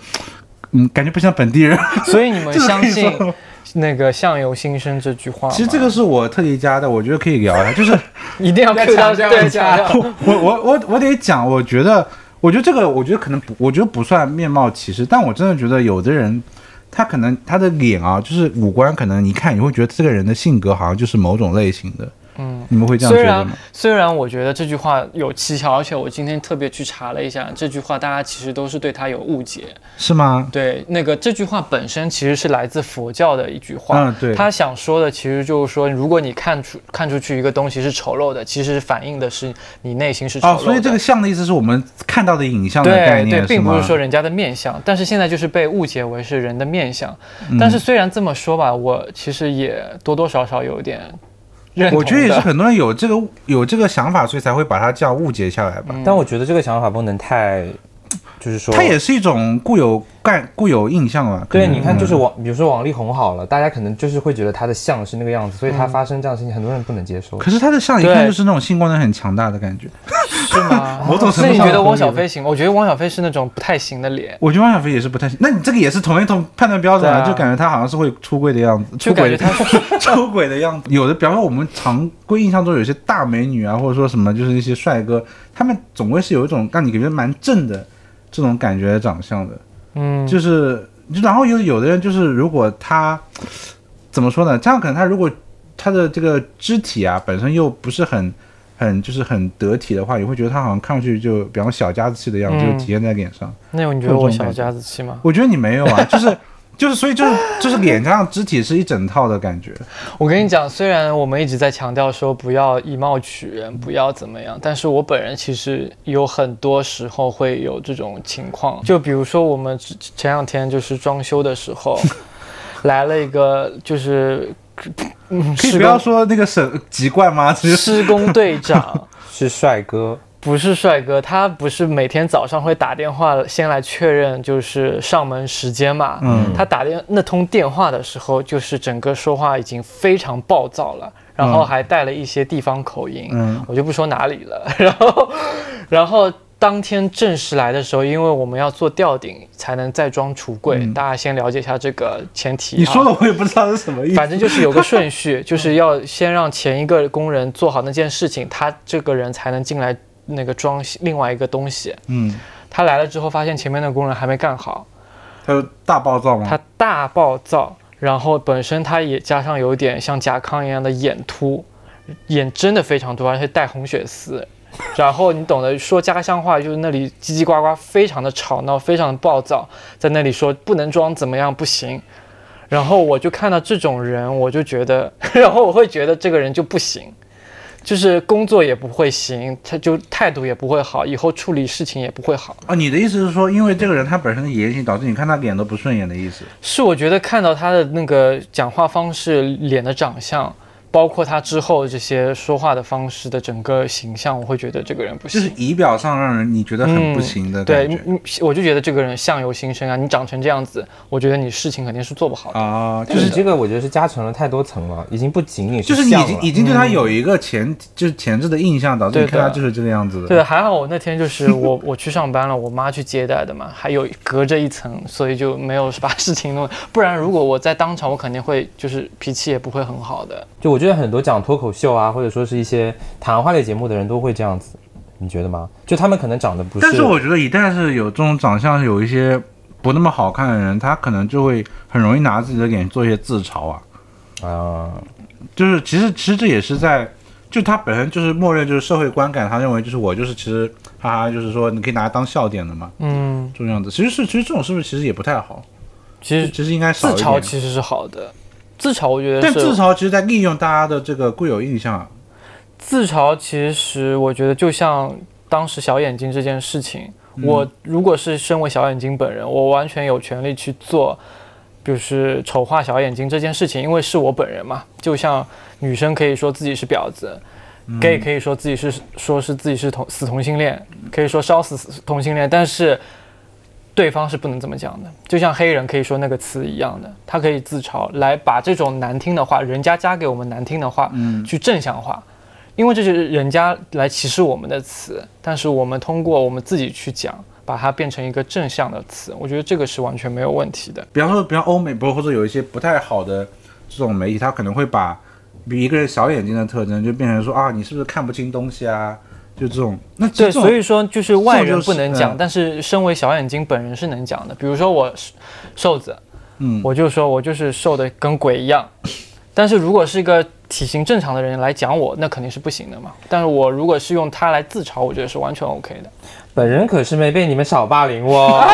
A: 嗯，感觉不像本地人。
B: 所以你们
A: 这个
B: 相
A: 可以
B: 信
A: 说吗
B: 那个“相由心生”这句话吗
A: 其实这个是我特地加的，我觉得可以聊一下，就是
B: 一定要 Q 到对家。
A: 我我我我得讲，我觉得，我觉得这个，我觉得可能不，我觉得不算面貌歧视，但我真的觉得有的人，他可能他的脸啊，就是五官，可能你看你会觉得这个人的性格好像就是某种类型的，
B: 嗯，
A: 你们会这样
B: 虽
A: 觉得
B: 然
A: 吗？
B: 虽然我觉得这句话有蹊跷，而且我今天特别去查了一下，这句话大家其实都是对她有误解。
A: 是吗？
B: 对，那个这句话本身其实是来自佛教的一句话。
A: 嗯对
B: 他想说的其实就是说，如果你看出看出去一个东西是丑陋的，其实反映的是你内心是丑陋
A: 哦，
B: 的。
A: 所以这个像的意思是我们看到的影像的概
B: 对
A: 念，
B: 对，并不
A: 吗
B: 是说人家的面相，但是现在就是被误解为是人的面相。
A: 嗯
B: 但是虽然这么说吧，我其实也多多少少有点认同
A: 我觉得也是
B: 的
A: 很多人有这个有这个想法，所以才会把它这样误解下来吧。
C: 但我觉得这个想法不能太，就是说，
A: 它也是一种固有概固有印象嘛。可
C: 对，
A: 能嗯
C: 你看，就是王，比如说王力宏好了，大家可能就是会觉得他的像是那个样子，所
A: 嗯
C: 以他发生这样的事情，很多人不能接受。
A: 可是他的像一看
B: 对
A: 就是那种性功能很强大的感觉。
B: 是吗？
A: 某种程度
B: 那你
A: 上
B: 觉得
A: 同
B: 汪
A: 意
B: 小
A: 的
B: 菲行？我觉得汪小菲是那种不太行的脸，
A: 我觉得汪小菲也是不太行。那你这个也是同一同判断标准
B: 对啊
A: 就感觉他好像是会出柜的样子，
B: 就
A: 出
B: 感
A: 轨
B: 觉
A: 的
B: 他
A: 出轨的样子。有的，比方说我们常规印象中有些大美女啊，或者说什么就是一些帅哥，他们总归是有一种让你感觉蛮正的这种感觉的长相的，
B: 嗯，
A: 就是就然后有有的人就是如果他怎么说呢？这样可能他如果他的这个肢体啊本身又不是很。很就是很得体的话，你会觉得他好像看上去就比方说小家子气的样子，
B: 嗯
A: 就体现在脸上。
B: 那种你觉
A: 会
B: 得
A: 有
B: 我
A: 这种
B: 小
A: 感觉
B: 家子气吗？
A: 我觉得你没有 啊，就是就是，所以就是就是脸上肢体是一整套的感觉。
B: 我跟你讲，虽然我们一直在强调说不要以貌取人，不要怎么样，但是我本人其实有很多时候会有这种情况。 就比如说我们之前两天就是装修的时候， 来了一个就是，嗯，
A: 可以
B: 施
A: 不要
B: 工
A: 说那个省籍贯吗？ 只是
B: 施工队长。
C: 是帅哥，
B: 不是帅哥，他不是每天早上会打电话先来确认就是上门时间嘛？
A: 嗯
B: 他打电那通电话的时候，就是整个说话已经非常暴躁了，然后还带了一些地方口音，
A: 嗯
B: 我就不说哪里了。然后，然后当天正式来的时候，因为我们要做吊顶才能再装橱柜，
A: 嗯
B: 大家先了解一下这个前提。
A: 你说的我也不知道是什么意思。
B: 反正就是有个顺序，就是要先让前一个工人做好那件事情，他这个人才能进来那个装另外一个东西。
A: 嗯，
B: 他来了之后，发现前面的工人还没干好，
A: 他就大暴躁吗？
B: 他大暴躁，然后本身他也加上有点像甲亢一样的眼突，眼真的非常多，而且带红血丝。然后你懂得说家乡话，就是那里叽叽呱呱，非常的吵闹，非常的暴躁，在那里说不能装怎么样不行。然后我就看到这种人，我就觉得， 然后我会觉得这个人就不行，就是工作也不会行，他就态度也不会好，以后处理事情也不会好。
A: 哦，你的意思是说，因为这个人他本身的野性，导致你看他脸都不顺眼的意思？
B: 是我觉得看到他的那个讲话方式、脸的长相，包括他之后这些说话的方式的整个形象，我会觉得这个人不
A: 就
B: 行
A: 是。仪表上让人你觉得很不行的
B: 对
A: 感觉，
B: 嗯我就觉得这个人相由心生啊，你长成这样子，我觉得你事情肯定是做不好的。
A: 啊，就
C: 就是
A: 是
C: 这个，我觉得是加成了太多层了，已经不仅仅
A: 就是
C: 是
A: 你
C: 像
A: 已
C: 了
A: 经已经对他有一个前、就是前嗯置的印象，导致你
B: 对的
A: 看他就是这个样子的。
B: 对的，还好我那天就是 我我去上班了，我妈去接待的嘛，还有隔着一层，所以就没有把事情弄。不然如果我在当场，我肯定会就是脾气也不会很好的。
C: 就我觉得很多讲脱口秀啊，或者说是一些谈话类节目的人都会这样子，你觉得吗？就他们可能长得不是，
A: 但是我觉得一旦是有这种长相有一些不那么好看的人，他可能就会很容易拿自己的脸做一些自嘲啊。
C: 啊、
A: 就是其实其实这也是在，就他本身就是默认就是社会观感，他认为就是我就是其实哈哈，就是说你可以拿它当笑点的嘛，
B: 嗯，
A: 这种样子。其实是其实这种是不是其实也不太好？
B: 其实
A: 其实应该
B: 自
A: 少一
B: 嘲
A: 点。
B: 其实是好的，自嘲我觉得
A: 但
B: 是
A: 自嘲其实在利用大家的这个固有印象啊，
B: 自嘲其实我觉得就像当时小眼睛这件事情，我如果是身为小眼睛本人，我完全有权利去做，就是丑化小眼睛这件事情，因为是我本人嘛。就像女生可以说自己是婊子。gay 可以说自己是说是自己是同死同性恋，可以说烧死死同性恋，但是对方是不能这么讲的。就像黑人可以说那个词一样的，他可以自嘲来把这种难听的话，人家加给我们难听的话，去正向化。因为这是人家来歧视我们的词，但是我们通过我们自己去讲，把它变成一个正向的词，我觉得这个是完全没有问题的。
A: 比方说，比方欧美，不或者有一些不太好的这种媒体，他可能会把比一个人小眼睛的特征就变成说啊，你是不是看不清东西啊？就这种，那其实
B: 对，
A: 这种
B: 所以说就是外人不能
A: 这种就
B: 讲，
A: 是嗯
B: 但是身为小眼睛本人是能讲的。比如说我是瘦子，
A: 嗯，
B: 我就说我就是瘦的跟鬼一样，但是如果是一个体型正常的人来讲我，那肯定是不行的嘛。但是我如果是用它来自嘲，我觉得是完全 OK 的。
C: 本人可是没被你们少霸 凌哦，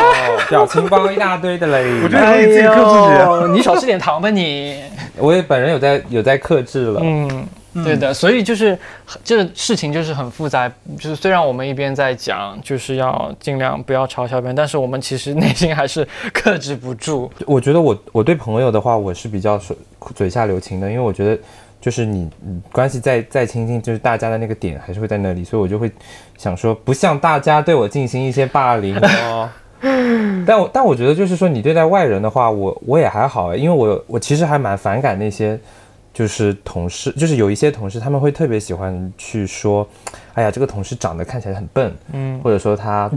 C: 表情包一大堆的嘞。
A: 我觉得你自己克制己。啊
B: 你少吃点糖吧你。
C: 我也本人有在有在克制了，
B: 嗯，对的，所以就是这事情就是很复杂，就是虽然我们一边在讲，就是要尽量不要嘲笑别人，但是我们其实内心还是克制不住。
C: 我觉得我我对朋友的话，我是比较说嘴下留情的，因为我觉得就是你嗯关系再再亲近，就是大家的那个点还是会在那里，所以我就会想说，不像大家对我进行一些霸凌哦。但我但我觉得就是说，你对待外人的话，我我也还好诶，啊因为我我其实还蛮反感那些就是同事，就是有一些同事他们会特别喜欢去说，哎呀，这个同事长得看起来很笨，嗯，或者说他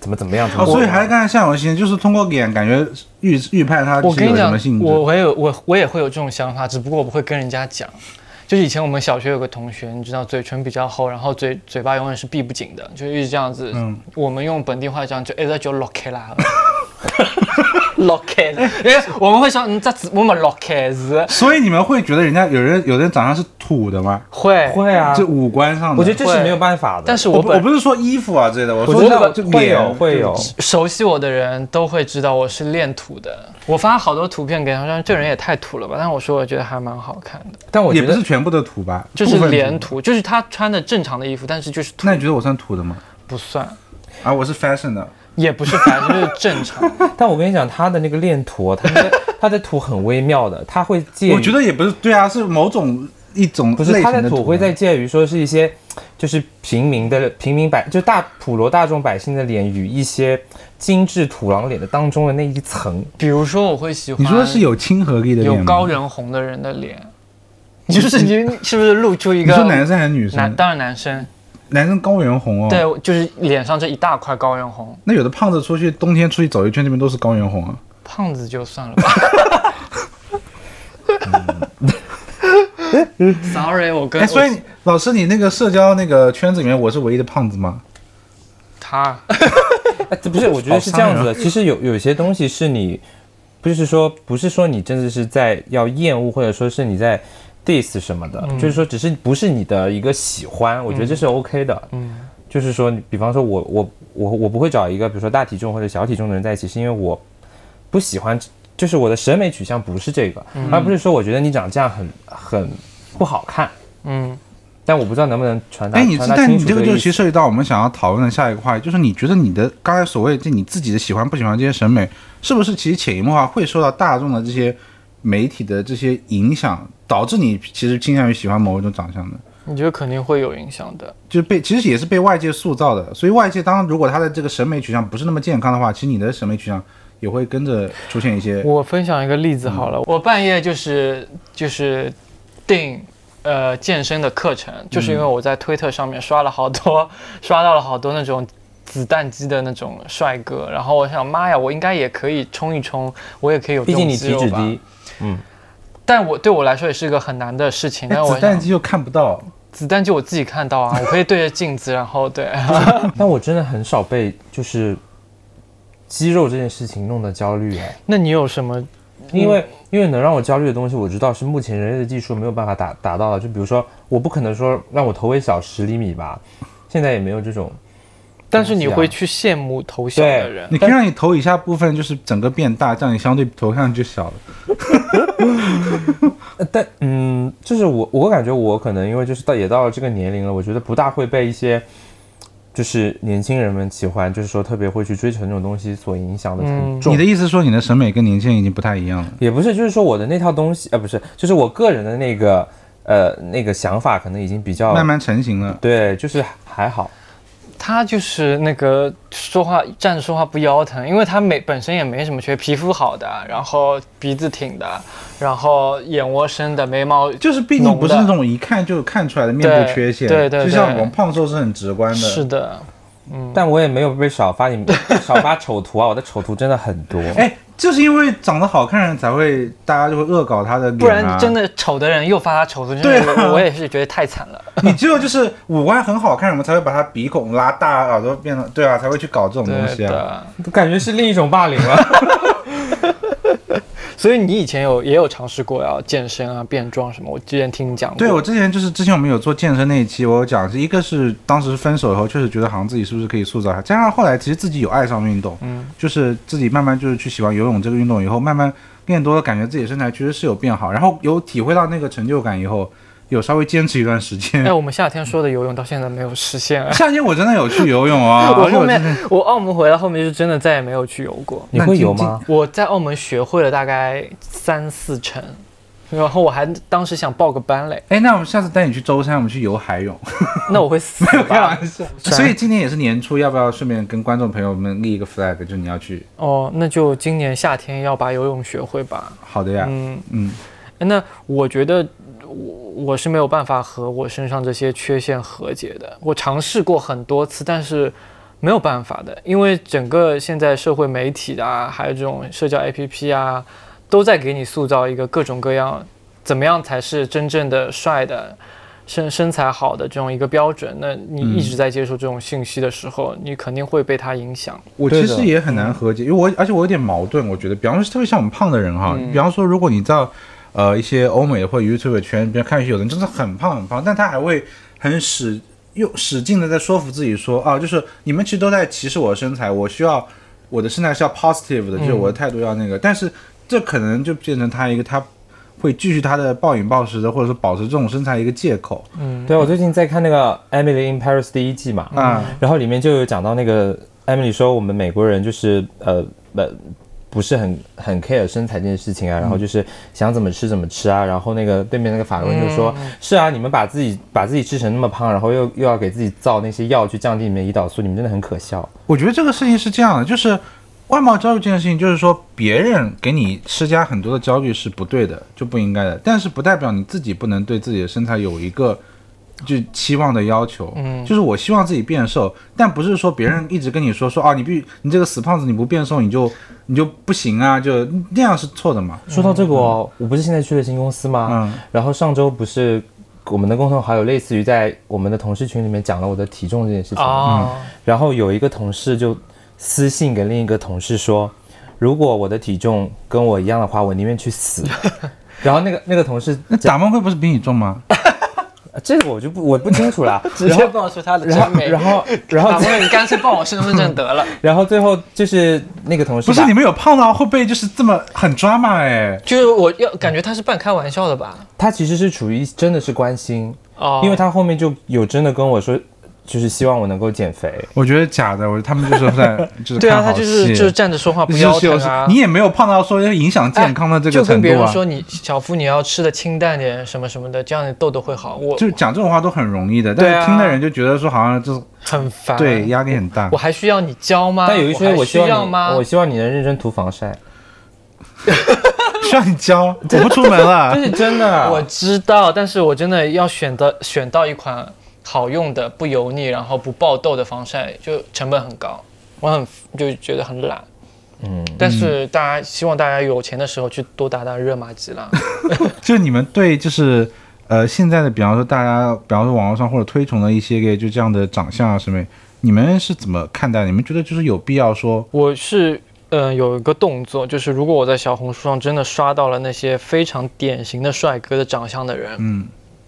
C: 怎么怎么样，怎么
A: 哦，
C: 怎么
A: 所以
C: 样
A: 还是刚才向永新，就是通过脸感觉预预判他
B: 我
A: 是
B: 跟
A: 有
B: 你
A: 什
B: 讲
A: 么性，质。
B: 我我也有我我也会有这种想法，只不过我不会跟人家讲。就是以前我们小学有个同学，你知道嘴唇比较厚，然后嘴嘴巴永远是闭不紧的，就一直这样子。
A: 嗯
B: 我们用本地话讲就一直就 lock 开啦，lock 开， 因为我们会想，嗯，这子我们 lock 开是
A: 所以你们会觉得人家有人有人长相是土的吗？
B: 会
C: 会啊，
A: 哎这五官上的，
C: 我觉得这是
B: 会
C: 没有办法的，
B: 但是
A: 我
B: 我
A: 不我
B: 本
A: 不是说衣服啊之类的，我
C: 我
A: 说
C: 知
A: 这
C: 道
A: 个这个
C: 会有
A: 脸
C: 会有，
B: 熟悉我的人都会知道我是练土的。我发好多图片给他们，这人也太土了吧！但我说我觉得还蛮好看的，
C: 但我
A: 也
C: 觉
A: 不
C: 得
A: 是全部的土吧，
B: 就是
A: 部分
B: 连。土，就是他穿的正常的衣服，但是就是土
A: 那你觉得我算土的吗？
B: 不算，
A: 啊，我是 fashion 的，
B: 也不是反正就是正 常。
C: 但我跟你讲，他的那个恋图哦，他的他的图很微妙的，他会介于，
A: 我觉得也不是，对啊，是某种一种
C: 不是
A: 类
C: 他
A: 型
C: 的
A: 土
C: 图会在介于说是一些就是平民的平民百，就大普罗大众百姓的脸与一些精致土狼脸的当中的那一层，
B: 比如说，我会喜欢
A: 你说的是有亲和力的脸
B: 有
A: 吗
B: 高，人红的人的脸，就是你是不是露出一
A: 你
B: 个
A: 说男生还是女生？哦
B: 男当然男生，
A: 男生高原红哦。
B: 对，，就是脸上这一大块高原红，
A: 那有的胖子出去冬天出去走一圈，那边都是高原红啊。
B: 胖子就算了 吧。Sorry，我 跟
A: 嗯哎，所以
B: 我
A: 你老师，你那个社交那个圈子里面，我是唯一的胖子吗？
B: 他
C: 哎，这不是，我觉得是这样子
B: 啊
C: 的。其实有有些东西是你，不是说不是说你真的是在要厌恶，或者说是你在 diss 什么的，
B: 嗯
C: 就是说只是不是你的一个喜欢，我觉得这是 OK 的。
B: 嗯
C: 就是说，比方说我我我我不会找一个比如说大体重或者小体重的人在一起，是因为我不喜欢，就是我的审美取向不是这个，
B: 嗯
C: 而不是说我觉得你长这样很很不好看。
B: 嗯，
C: 但我不知道能不能传达
A: 哎，你
C: 传
A: 这
C: 达
A: 但
C: 清
A: 你
C: 楚
A: 这个
C: 个
A: 就
C: 意
A: 其实
C: 思。
A: 涉及到我们想要讨论的下一个话题，就是你觉得你的刚才所谓这你自己的喜欢不喜欢这些审美，是不是其实潜移默化会受到大众的这些媒体的这些影响，导致你其实倾向于喜欢某一种长相的？
B: 我觉得肯定会有影响的。
A: 就是被其实也是被外界塑造的，所以外界当如果他的这个审美取向不是那么健康的话，其实你的审美取向也会跟着出现一些。
B: 我分享一个例子好了，我半夜就是就是订呃健身的课程，就是因为我在推特上面刷了好多， 刷到了好多那种。子弹肌的那种帅哥，然后我想，妈呀，我应该也可以冲一冲，我也可以有这
C: 毕
B: 种
C: 竟你
B: 肌
C: 体
B: 肉
C: 脂
B: 吧。
C: 低，
B: 但我对我来说也是一个很难的事情。但
A: 哎，
B: 我
A: 子弹
B: 想
A: 肌又看不到，
B: 子弹就我自己看到啊，我可以对着镜子，然后对，
C: 但我真的很少被就是肌肉这件事情弄得焦虑哎，
B: 那你有什么？
A: 嗯
C: 因为因为能让我焦虑的东西，我知道是目前人类的技术没有办法达达到的。就比如说，我不可能说让我头围小十厘米吧，现在也没有这种。
B: 但是你
C: 东西啊
B: 会去羡慕头小的人，
A: 你可以让你头以下部分就是整个变大，这样你相对头看上去小了。
C: 呃但嗯，就是我我感觉我可能因为就是到也到了这个年龄了，我觉得不大会被一些就是年轻人们喜欢，就是说特别会去追求那种东西所影响的很
B: 嗯
C: 重。
A: 你的意思是说你的审美跟年轻人已经不太一样了？
C: 也不是，就是说我的那套东西，呃，不是，就是我个人的那个呃那个想法，可能已经比
B: 哦
C: 较
A: 慢慢成型了。
C: 对，就是还好。
B: 他就是那个说话站着说话不腰疼，因为他没本身也没什么缺，皮肤好的，然后鼻子挺的，然后眼窝深的，眉毛
A: 就是毕竟不是那种一看就看出来的面部缺陷，
B: 对对对
A: 就像我们胖瘦是很直观的。
B: 是的，
C: 但我也没有被少发你少发丑图啊，我的丑图真的很多。
A: 哎，就是因为长得好看的人才会，大家就会恶搞他的脸、啊，
B: 不然真的丑的人又发他丑图，
A: 对
B: 真
A: 啊
B: 的我我也是觉得太惨了。
A: 你只有就是五官很好看，我们才会把他鼻孔拉大，耳朵变得对啊，才会去搞这种东
B: 对
A: 西啊。
B: 的，
C: 感觉是另一种霸凌了。
B: 所以你以前有也有尝试过要健身啊、变装什么，我之前听你讲过。
A: 对我之前就是之前我们有做健身那一期，我有讲一个是当时分手以后确实觉得好像自己是不是可以塑造一下，加上后来其实自己有爱上运动，
B: 嗯，
A: 就是自己慢慢就是去喜欢游泳这个运动以后，慢慢练多了，感觉自己身材确实是有变好，然后有体会到那个成就感以后，有稍微坚持一段时间。
B: 哎，我们夏天说的游泳到现在没有实现、啊。
A: 夏天我真的有去游泳啊，
B: 我
A: 而且
B: 后
A: 我真
B: 面
A: 的
B: 我澳门回来后面就真的再也没有去游过。
C: 你会有吗？
B: 我在澳门学会了大概三四成，然后我还当时想报个班 嘞，
A: 哎，那我们下次带你去舟山，我们去游海泳。
B: 那我会死
A: 开
B: 吧？
A: 玩笑。啊所以今年也是年初，要不要顺便跟观众朋友们立一个 flag，就是你要去？
B: 哦，那就今年夏天要把游泳学会吧。
A: 好的呀，
B: 嗯，
A: 嗯，
B: 那我觉得我我是没有办法和我身上这些缺陷和解的。我尝试过很多次，但是没有办法的，因为整个现在社会媒体啊，还有这种社交 APP 啊，都在给你塑造一个各种各样怎么样才是真正的帅的。身身材好的这种一个标准，那你
C: 嗯
B: 一直在接受这种信息的时候，你肯定会被它影响。
A: 我
C: 对
A: 其
C: 的
A: 实也很难和解，因为我而且我有点矛盾，我觉得，比方说特别像我们胖的人哈，
B: 嗯
A: 比方说如果你到呃一些欧美或者 YouTube 圈，比如看一些有人真的很胖很胖，但他还会很使用使劲的在说服自己说啊，就是你们其实都在歧视我的身材，我需要我的身材是要 positive 的，就是我的态度要那个，但是这可能就变成他一个他会继续他的暴饮暴食的，或者说保持这种身材一个借口。
B: 嗯，
C: 对，我最近在看那个《Emily in Paris》第一季嘛，
A: 啊，
C: 然后里面就有讲到那个 Emily 说我们美国人就是呃呃不是很很 care 身材这件事情啊，然后就是想怎么吃怎么吃啊，然后那个对面那个法国人就说、是啊，你们把自己把自己吃成那么胖，然后又又要给自己造那些药去降低你们的胰岛素，你们真的很可笑。
A: 我觉得这个事情是这样的，就是外貌焦虑这件事情，就是说别人给你施加很多的焦虑是不对的，就不应该的。但是不代表你自己不能对自己的身材有一个就期望的要求，
B: 嗯
A: 就是我希望自己变瘦，但不是说别人一直跟你说说啊，你必你这个死胖子，你不变瘦你就你就不行啊，就那样是错的嘛。
C: 说到这个哦，我不是现在去了新公司吗？
A: 嗯
C: 然后上周不是我们的共同好友类似于在我们的同事群里面讲了我的体重这件事情，
B: 哦，
C: 然后有一个同事就私信给另一个同事说，如果我的体重跟我一样的话，我宁愿 去死。然后那个那个同事，
A: 那打梦会不 是比你重吗？
C: 呃这个我就不我不清楚啦。
B: 直接报出他的
C: 然
B: 真
C: 后
B: 美。
C: 然后然后
B: 打不了你干脆报我身份证得了。
C: 然后最后就是那个同事
A: 不是
C: 把
A: 你们有胖到会被就是这么很抓马哎，
B: 就是我要感觉他是半开玩笑的吧？
C: 他其实是处于真的是关心，
B: 哦，
C: 因为他后面就有真的跟我说，就是希望我能够减肥。
A: 我觉得假的，我他们就是在 就是
B: 对啊，
A: 看
B: 他
A: 好戏，
B: 就是就是站着说话不
A: 就
B: 腰
A: 是
B: 疼
A: 有
B: 啊。哎
A: 你也没有胖到说要影响健康的这个
B: 就跟
A: 程
B: 别
A: 度
B: 人
A: 啊。
B: 说你小夫你要吃的清淡点什么什么的，这样你痘痘会好。我
A: 就讲这种话都很容易的，
B: 对啊
A: 但是听的人就觉得说好像就是
B: 很烦。
A: 对，压力很大
B: 我。还需要你教吗？
C: 但有一
B: 哦我
C: 些
B: 还
C: 我
B: 需
C: 希望
B: 要
C: 你，
B: 吗？
C: 我希望你能认真涂防晒，
A: 需要你教，我不出门了
C: 这。是真的。
B: 我知道，但是我真的要选择选到一款好用的、不油腻，然后不爆痘的防晒，就成本很高，我很就觉得很懒。嗯，但是大家希望大家有钱的时候去多打打热玛吉啦。
A: 就你们对就是呃现在的，比方说大家，比方说网络上或者推崇的一些个就这样的长相啊什么，你们是怎么看待的？你们觉得就是有必要说
B: 我是嗯、呃有一个动作，就是如果我在小红书上真的刷到了那些非常典型的帅哥的长相的人，
A: 嗯，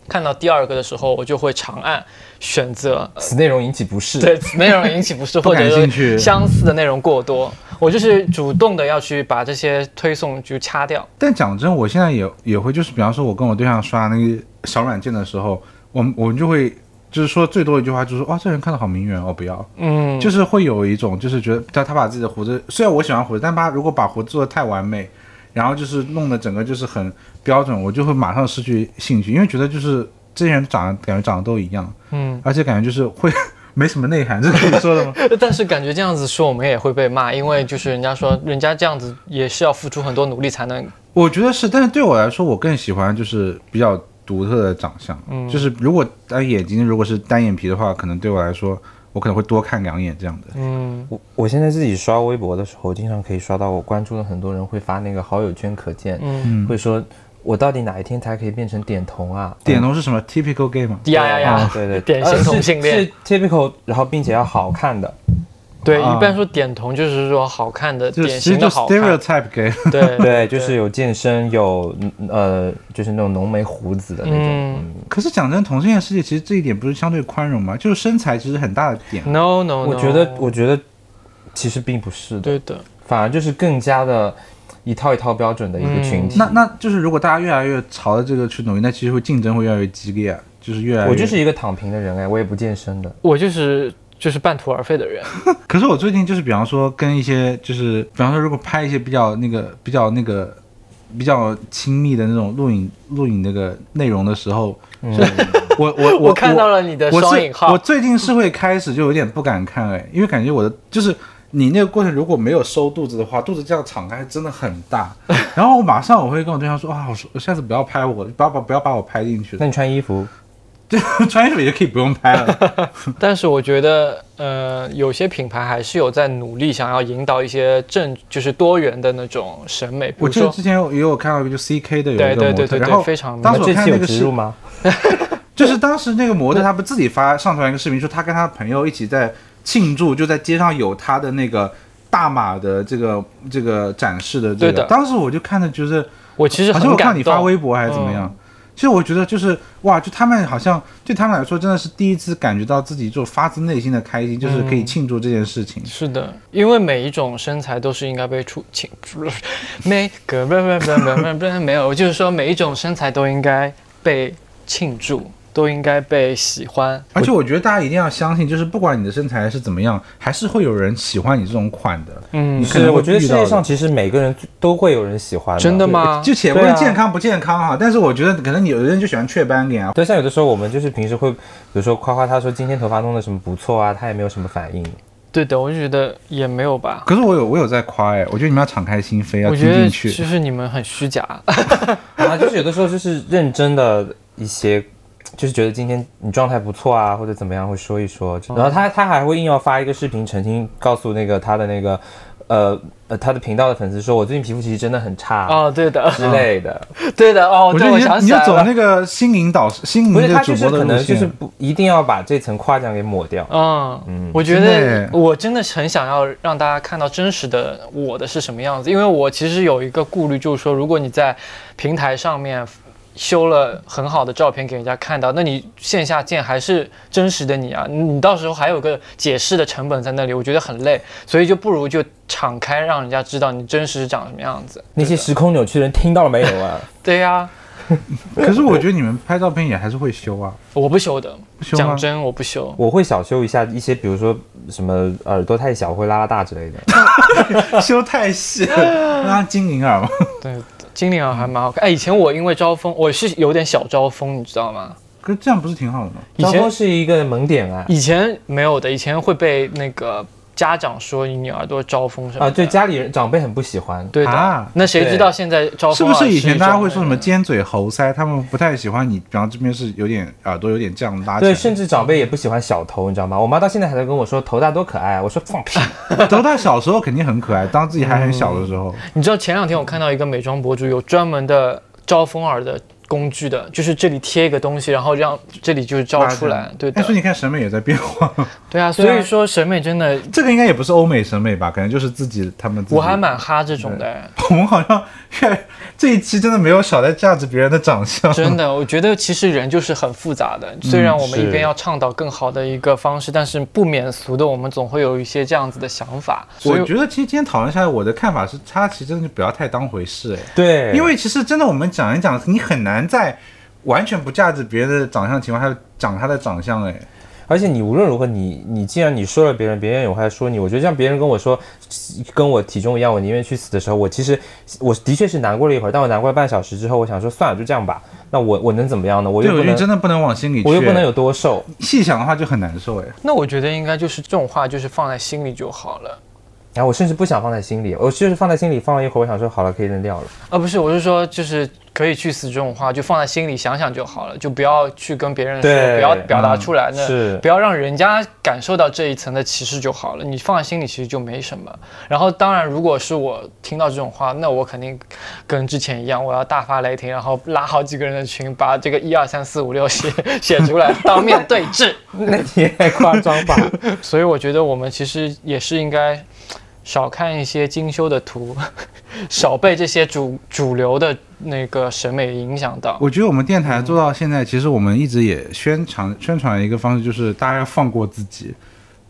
B: 看到第二个的时候，我就会长按选择。呃
C: 此内容引起不适。
B: 对，此内容引起不适
A: 不
B: 或
A: 感
B: 者
A: 兴趣
B: 是相似的内容过多，我就是主动的要去把这些推送就掐掉。
A: 但讲真，我现在也也会，就是比方说，我跟我对象刷那个小软件的时候，我们我们就会就是说最多一句话，就是说哇，这人看着好名媛哦，不要，
B: 嗯，
A: 就是会有一种就是觉得他他把自己的胡子，虽然我喜欢胡子，但他如果把胡子做的太完美，然后就是弄得整个就是很标准，我就会马上失去兴趣，因为觉得就是这些人长得感觉长得都一样，
B: 嗯，
A: 而且感觉就是会 没什么内涵，这是可以说的 吗？
B: 但是感觉这样子说我们也会被骂，因为就是人家说人家这样子也是要付出很多努力才能。
A: 我觉得是，但是对我来说，我更喜欢就是比较独特的长相。嗯，就是如果单眼睛如果是单眼皮的话，可能对我来说，我可能会多看两眼这样的。
B: 嗯，
C: 我我现在自己刷微博的时候，经常可以刷到我关注的很多人会发那个好友圈可见，
B: 嗯
C: 会说我到底哪一天才可以变成点瞳啊？
A: 点头是什么？typical gay 吗？
B: 嗯呀呀呀，
C: 对对，
B: 典型
C: 呃是
B: 同性恋
C: 是 typical，然后并且要好看的。
B: 对，
A: 啊
B: 一般说点瞳就是说好看的，
A: 就
B: 典
A: 其实
B: 型
A: 就
B: 的好看。
A: stereotype gay。
B: 对
C: 对，就是有健身，有嗯呃，就是那种浓眉胡子的那种。
B: 嗯
A: 可是讲真，同性恋世界其实这一点不是相对宽容吗？就是身材其实很大的点。
B: ，no no，, no
C: 我觉得，我觉得其实并不是的，
B: 对的，
C: 反而就是更加的一套一套标准的一个
B: 嗯
C: 群体。
A: 那那就是如果大家越来越朝着这个去努力，那其实会竞争会越来越激烈啊，就是越来越。
C: 我就是一个躺平的人哎，我也不健身的。
B: 我就是就是半途而废的人。
A: 可是我最近就是，比方说跟一些就是，比方说如果拍一些比较那个、比较那个、比较亲密的那种录影、录影那个内容的时候，我我我
B: 我看到了你的
A: 我
B: 双
A: 是
B: 引号
A: 我最近是会开始就有点不敢看哎，因为感觉我的就是你那个过程如果没有收肚子的话，肚子这样敞开真的很 大。然后我马上我会跟我对象说啊，我说我下次不要拍我，不要把不要把我拍进去
C: 那，你穿衣服？
A: 穿衣服也可以不用拍 了。
B: 但是我觉得，呃，有些品牌还是有在努力想要引导一些正，就是多元的那种审美，比
A: 我
B: 如
A: 记得
B: 说
A: 之前也有看到一个就 CK 的有一个
B: 对
A: 模特，
B: 对对对
A: 然
B: 对，
A: 后
B: 非常
A: 当时
C: 你
A: 我
C: 们这
A: 看
C: 期
A: 那
C: 有
A: 个
C: 植
A: 是
C: 入吗？
A: 就是当时那个模特他不自己发上传一个视频，说他跟他朋友一起在庆祝，就在街上有他的那个大码的这个这个展示的这个。
B: 对的
A: 当时我就看着啊就是，
B: 我其实
A: 好像
B: 很
A: 我看
B: 感
A: 你发
B: 动。
A: 微博还是怎么样。其实我觉得就是哇，就他们好像对他们来说真的是第一次感觉到自己就发自内心的开心，就是可以庆祝这件事情。
B: 是的，因为每一种身材都是应该被出 请，每个不不不不不不没有，就是说每一种身材都应该被庆祝，都应该被喜欢。
A: 而且我觉得大家一定要相信，就是不管你的身材是怎么样，还是会有人喜欢你这种款的。
B: 嗯
A: 你可
C: 是，
A: 能会
C: 我觉得
A: 遇
C: 世
A: 到
C: 界
A: 的
C: 上其实每个人都会有人喜欢的。
B: 真的吗？
A: 就且不论
C: 对啊
A: 健康不健康哈、但是我觉得可能有的人就喜欢雀斑脸啊，
C: 对，像有的时候我们就是平时会，比如说夸夸他说今天头发弄得什么不错啊，他也没有什么反应。
B: 对的，我就觉得也没有吧。
A: 可是我有我有在夸哎，我觉得你们要敞开心扉，要
B: 我
A: 听
B: 觉得哦
A: 进去。
B: 就是你们很虚假，
C: 啊，就是有的时候就是认真的一些就是觉得今天你状态不错啊，或者怎么样会说一说。
B: 哦
C: 然后他他还会硬要发一个视频澄清，告诉那个他的那个呃呃他的频道的粉丝说，我最近皮肤其实真的很差、
B: 哦，对的，
C: 之类的。
A: 嗯
B: 对的，
A: 我
B: 哦，
A: 觉
B: 对，
A: 得
B: 我
A: 你就
B: 想
A: 你
B: 起
A: 就
B: 来
A: 走
B: 了，
A: 那个心灵导师、心灵
C: 不是
A: 的
C: 他
A: 主
C: 就是
A: 播的
C: 可
A: 路
C: 能就是
A: 线。
C: 不一定要把这层夸奖给抹掉。
B: 嗯，我觉
A: 真的耶
B: 得我真的是很想要让大家看到真实的我的是什么样子，因为我其实有一个顾虑，就是说，如果你在平台上面修了很好的照片给人家看到，那你线下见还是真实的你啊，你你到时候还有个解释的成本在那里，我觉得很累，所以就不如就敞开让人家知道你真实长什么样子。
C: 那些时空扭曲的人听到了没有啊？
B: 对呀、
A: 可是我觉得你们拍照片也还是会修啊，
B: 我不修的，
A: 不修吗
B: 讲？真我不修。
C: 我会小修一下一些，比如说什么耳朵太小会拉拉大之类 的。
A: 修太细了，让它精灵 耳嘛。
B: 对，精灵耳还蛮好看。哎，以前我因为招风，我是有点小招风，你知道吗？
A: 可是这样不是挺好的吗？
B: 以前
C: 招风是一个萌点啊
B: 以前没有的，以前会被那个家长说你耳朵招风什么的
C: 啊！对，家里人长辈很不喜欢。
B: 对的。
A: 啊
B: 那谁知道现在招
A: 是
B: 风
A: 不
B: 耳
A: 是以
B: 一
A: 前大家会说
B: 种
A: 什么尖嘴猴腮，他们不太喜欢你，比方这边是有点耳朵有点这样拉起来，
C: 对，甚至长辈也不喜欢小头，你知道吗？我妈到现在还在跟我说头大多可爱啊，我说 放屁。
A: 德大小时候肯定很可爱，当自己还很小的时 候，
B: 你知道前两天我看到一个美妆博主有专门的招风耳的工具的，就是这里贴一个东西，然后让这里就是招出
A: 拉
B: 来
A: 着。
B: 对
A: 哎，
B: 的
A: 所以，你看审美也在变 化，
B: 对啊。所以说审美真的，
A: 这个应该也不是欧美审美吧？可能就是自己他们自己。
B: 我还蛮哈这种的。哎
A: 我们好像越来这一期真的没有少在价值别人的长相，
B: 真的，我觉得其实人就是很复杂的。
A: 嗯
B: 虽然我们
C: 是
B: 一边要倡导更好的一个方式，但是不免俗的，我们总会有一些这样子的想法。所
A: 我
B: 以
A: 觉得其实今天讨论下来，我的看法是，他其实真的就不要太当回事，哎，
C: 对，
A: 因为其实真的我们讲一讲，你很难在完全不价值别人的长相情况下讲他的长相，哎，
C: 而且你无论如何，你你既然你说了别人，别人也会来说你。我觉得像别人跟我说跟我体重一样，我宁愿去死的时候，我其实我的确是难过了一会儿，但我难过了半小时之后，我想说算了，就这样吧。那我我能怎么样呢？我
A: 对，
C: 又
A: 我
C: 不
A: 觉得
C: 能，
A: 真的不能往心里去，
C: 我又不能
A: 哎
C: 有多瘦。
A: 细想的话就很难受，哎，
B: 那我觉得应该就是这种话，就是放在心里就好了。
C: 然后我甚至不想放在心里，我就是放在心里放了一会儿，我想说好了，可以扔掉了。
B: 啊，不是，我是说，就是可以去死这种话，就放在心里想想就好了，就不要去跟别人说，
C: 对嗯
B: 不要表达出来，那、
C: 是
B: 不要让人家感受到这一层的歧视就好了。你放在心里其实就没什么。然后，当然，如果是我听到这种话，那我肯定跟之前一样，我要大发雷霆，然后拉好几个人的群，把这个一二三四五六写写出来，当面对质。
C: 那你也太夸张吧？
B: 所以我觉得我们其实也是应该少看一些精修的图， 少被这些主主流的那个审美影响到。
A: 我觉得我们电台做到现在，其实我们一直也宣传宣传一个方式，就是大家要放过自己，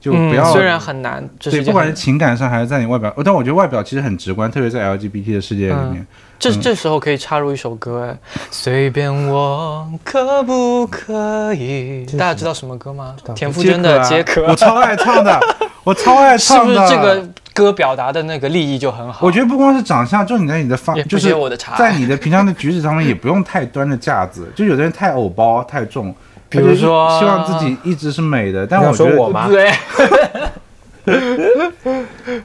A: 就不要、
B: 嗯、虽然很难，这
A: 对，
B: 是
A: 不管是情感上还是在你外表，但我觉得外表其实很直观，特别在 LGBT 的世界里面。
B: 这这时候可以插入一首歌，哎，随便我可不可以？大家知道什么歌吗？嗯田馥甄的《
A: 接
B: 解
A: 客
B: 渴
A: 啊，我》，超爱唱的，我超爱
B: 是
A: 唱
B: 不
A: 的。
B: 是这个歌表达的那个立意就很好？
A: 我觉得不光是长相，就你在你的发，
B: 也不
A: 就是
B: 接我的茬
A: 在你的平常的举止上面，也不用太端着架子。 就有的人太偶包太重，
B: 比如说
A: 他就希望自己一直是美的，但
C: 你
A: 我觉
C: 想说
A: 得
C: 我吗
B: 对，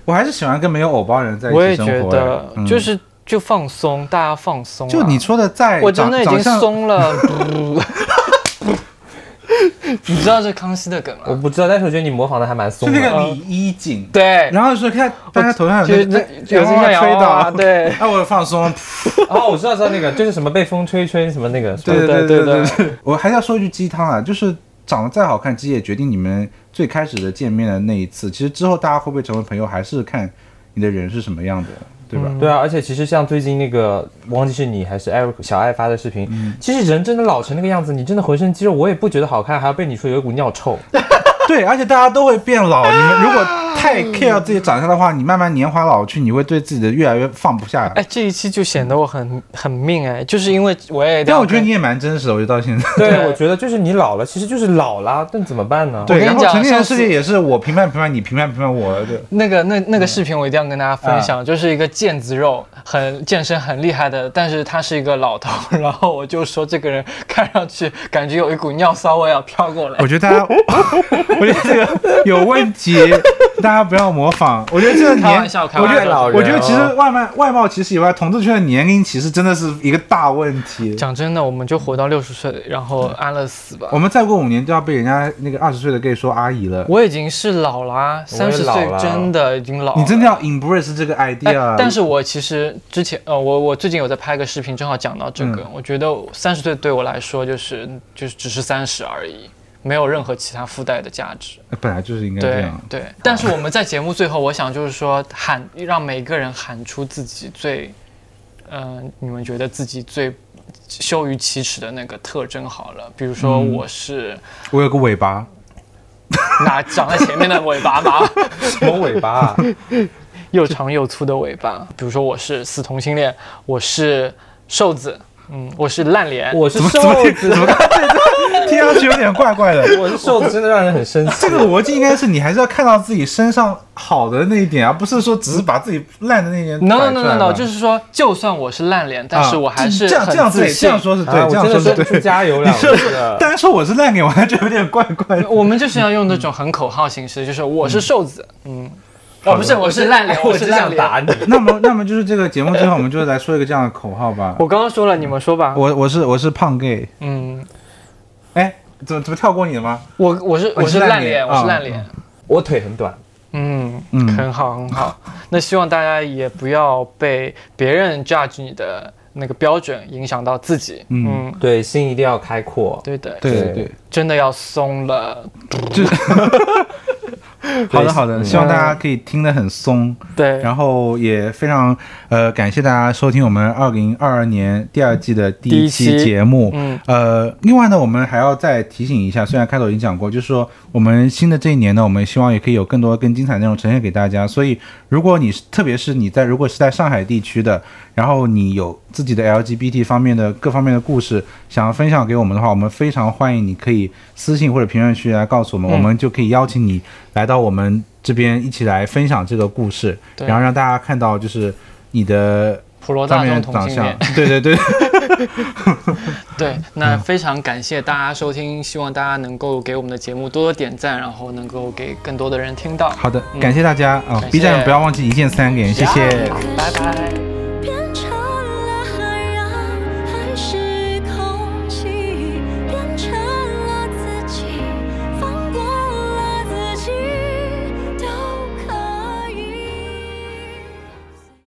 A: 我还是喜欢跟没有偶包的人在一
B: 我也
A: 起生活。
B: 觉得
A: 嗯
B: 就是就放松，大家放松啊。
A: 就你说的再
B: 我真的已
A: 长
B: 经
A: 长相
B: 松了。不 你知道这康熙的梗
C: 我
B: 吗？
C: 不知道，但是我觉得你模仿的还蛮
A: 就
C: 松的。
A: 那个李衣锦，
B: 对，
A: 然后说看大家头上
B: 就
A: 有
B: 是
A: 那个
B: 那有些像
A: 吹
B: 洋
A: 的
B: 娃娃，
A: 啊，
B: 对
A: 哎，我放松，
C: 哦，我知道，知道那个就是什么被风吹吹什么那个，
A: 对
B: 对
A: 对
B: 对对
A: 对。 我还是要说一句鸡汤啊，就是长得再好看，其实也决定你们最开始的见面的那一次。其实之后大家会不会成为朋友，还是看你的人是什么样的，对吧？
C: 对啊，而且其实像最近那个，忘记是你还是 Eric 小爱发的视频，
A: 嗯
C: 其实人真的老成那个样子，你真的浑身肌肉，我也不觉得好看，还要被你说有一股 尿臭。
A: 对，而且大家都会变老。你们如果太 care 自己长相的话，你慢慢年华老去，你会对自己的越来越放不下。
B: 哎，这一期就显得我很很命哎，就是因为我也。
A: 但我觉得你也蛮真实的，我觉得到现在。
C: 对，
B: 对
C: 我觉得就是你老了，其实就是老了，但怎么办呢？
A: 对，
B: 跟你
A: 然后
B: 讲
A: 成年人
B: 上
A: 世
B: 次
A: 界也是我评判评判你，评判评判我的。
B: 那个那
A: 嗯
B: 那个视频我一定要跟大家分享，就是一个腱子肉很健身很厉害的，但是他是一个老头，然后我就说这个人看上去感觉 有一股尿骚味要飘过来
A: 我。觉得大家，我觉得这个有问题。大家不要模仿。我觉得这个
B: 开
A: 年
B: 玩笑，开
A: 我觉
B: 玩
A: 得
B: 笑。
C: 老人
A: 我觉得其实外卖外貌歧视以外，同志圈的年龄歧视真的是一个大问题。
B: 讲真的，我们就活到六十岁，然后安乐死吧。
A: 我们再过五年就要被人家那个二十岁的 gay 说阿姨了，
B: 我已经是老啦，
C: 我也
B: 三十
C: 老
B: 岁
C: 了
B: 真的已经老了。
A: 啊你真的要 embrace 这个 idea。
B: 哎但是我其实之前呃，我我最近有在拍个视频，正好讲到这个。我觉得三十岁对我来说就是就是只是三十而已，没有任何其他附带的价值。
A: 本来就是应该这
B: 对
A: 样。
B: 对。但是我们在节目最后，我想就是说喊让每个人喊出自己最，呃，你们觉得自己最羞于启齿的那个特征好了。比如说我是
A: 我有个尾巴，
B: 哪长在前面的尾巴吧。
C: 什么尾 巴啊？
B: 又长又粗的尾巴。比如说我是死同性恋，我是瘦子，嗯，我是烂脸，
C: 我是
A: 怎么
C: 瘦
A: 怎么听
C: 子
A: 怎，么 听上去有点怪怪的。
C: 我是瘦子，真的让人很生气
A: 这。个逻辑应该是你还是要看到自己身上好的那一点，而不是说只是把自己烂的那一点摆出来
B: No
A: 吧。
B: no no no no，就是说，就算我是烂脸，但是我还是
A: 啊这样这
B: 很
A: 样对
B: 自
A: 这
B: 信
A: 样。说 是对，
C: 啊，我
A: 这样
C: 真
A: 说
C: 的
A: 是
C: 是
A: 对。
C: 加油两个字。
A: 但是说我是烂脸，我 还觉得有点怪怪 的。
B: 我们就是要用那种很口号形式，就是我是瘦子，嗯，哦不是，我是 烂脸，
C: 我
B: 是
C: 这样
B: 烂
C: 打
B: 脸。
C: 你，
A: 那么那么就是这个节目最后，我们就来说一个这样的口号吧。
B: 我刚刚说了，你们说吧。
A: 我我是我是胖 gay，
B: 嗯，
A: 哎，怎么怎么跳过你了吗？
B: 我我是
A: 哦
B: 我
A: 你是
B: 是
A: 烂
B: 烂
A: 脸
B: 脸，我是
A: 啊
B: 烂脸。
C: 我腿很短，
B: 嗯，
A: 嗯
B: 很好很好。那希望大家也不要被别人 judge 你的那个标准影响到自己。
A: 嗯
B: 嗯，
C: 对，心一定要开阔。
B: 对的，
A: 对对
C: 对
A: 对，
B: 真的要松了。
A: 好的好的，
C: 嗯
A: 希望大家可以听得很松，
B: 对，
A: 然后也非常呃感谢大家收听我们二零二二年第二季的第
B: 第
A: 一
B: 一
A: 期
B: 期
A: 节目。
B: 嗯，
A: 呃，另外呢，我们还要再提醒一下，虽然开头已经讲过，就是说我们新的这一年呢，我们希望也可以有更多更精彩内容呈现给大家。所以，如果你是特别是你在如果是在上海地区的，然后你有自己的 LGBT 方面的各方面的故事想要分享给我们的话，我们非常欢迎你可以私信或者评论区来告诉我们，
B: 嗯
A: 我们就可以邀请你来到我们这边一起来分享这个故事，
B: 对
A: 然后让大家看到就是你的
B: 普罗
A: 方
B: 大
A: 面的
B: 众同
A: 长
B: 性
A: 相嗯
B: 恋。。
A: 对对对，
B: 对，那非常感谢大家收听，希望大家能够给我们的节目多多点赞，然后能够给更多的人听到。
A: 嗯好的，感谢大家啊、
B: 感谢
A: b 站不要忘记一键三连，谢谢。
B: 拜拜。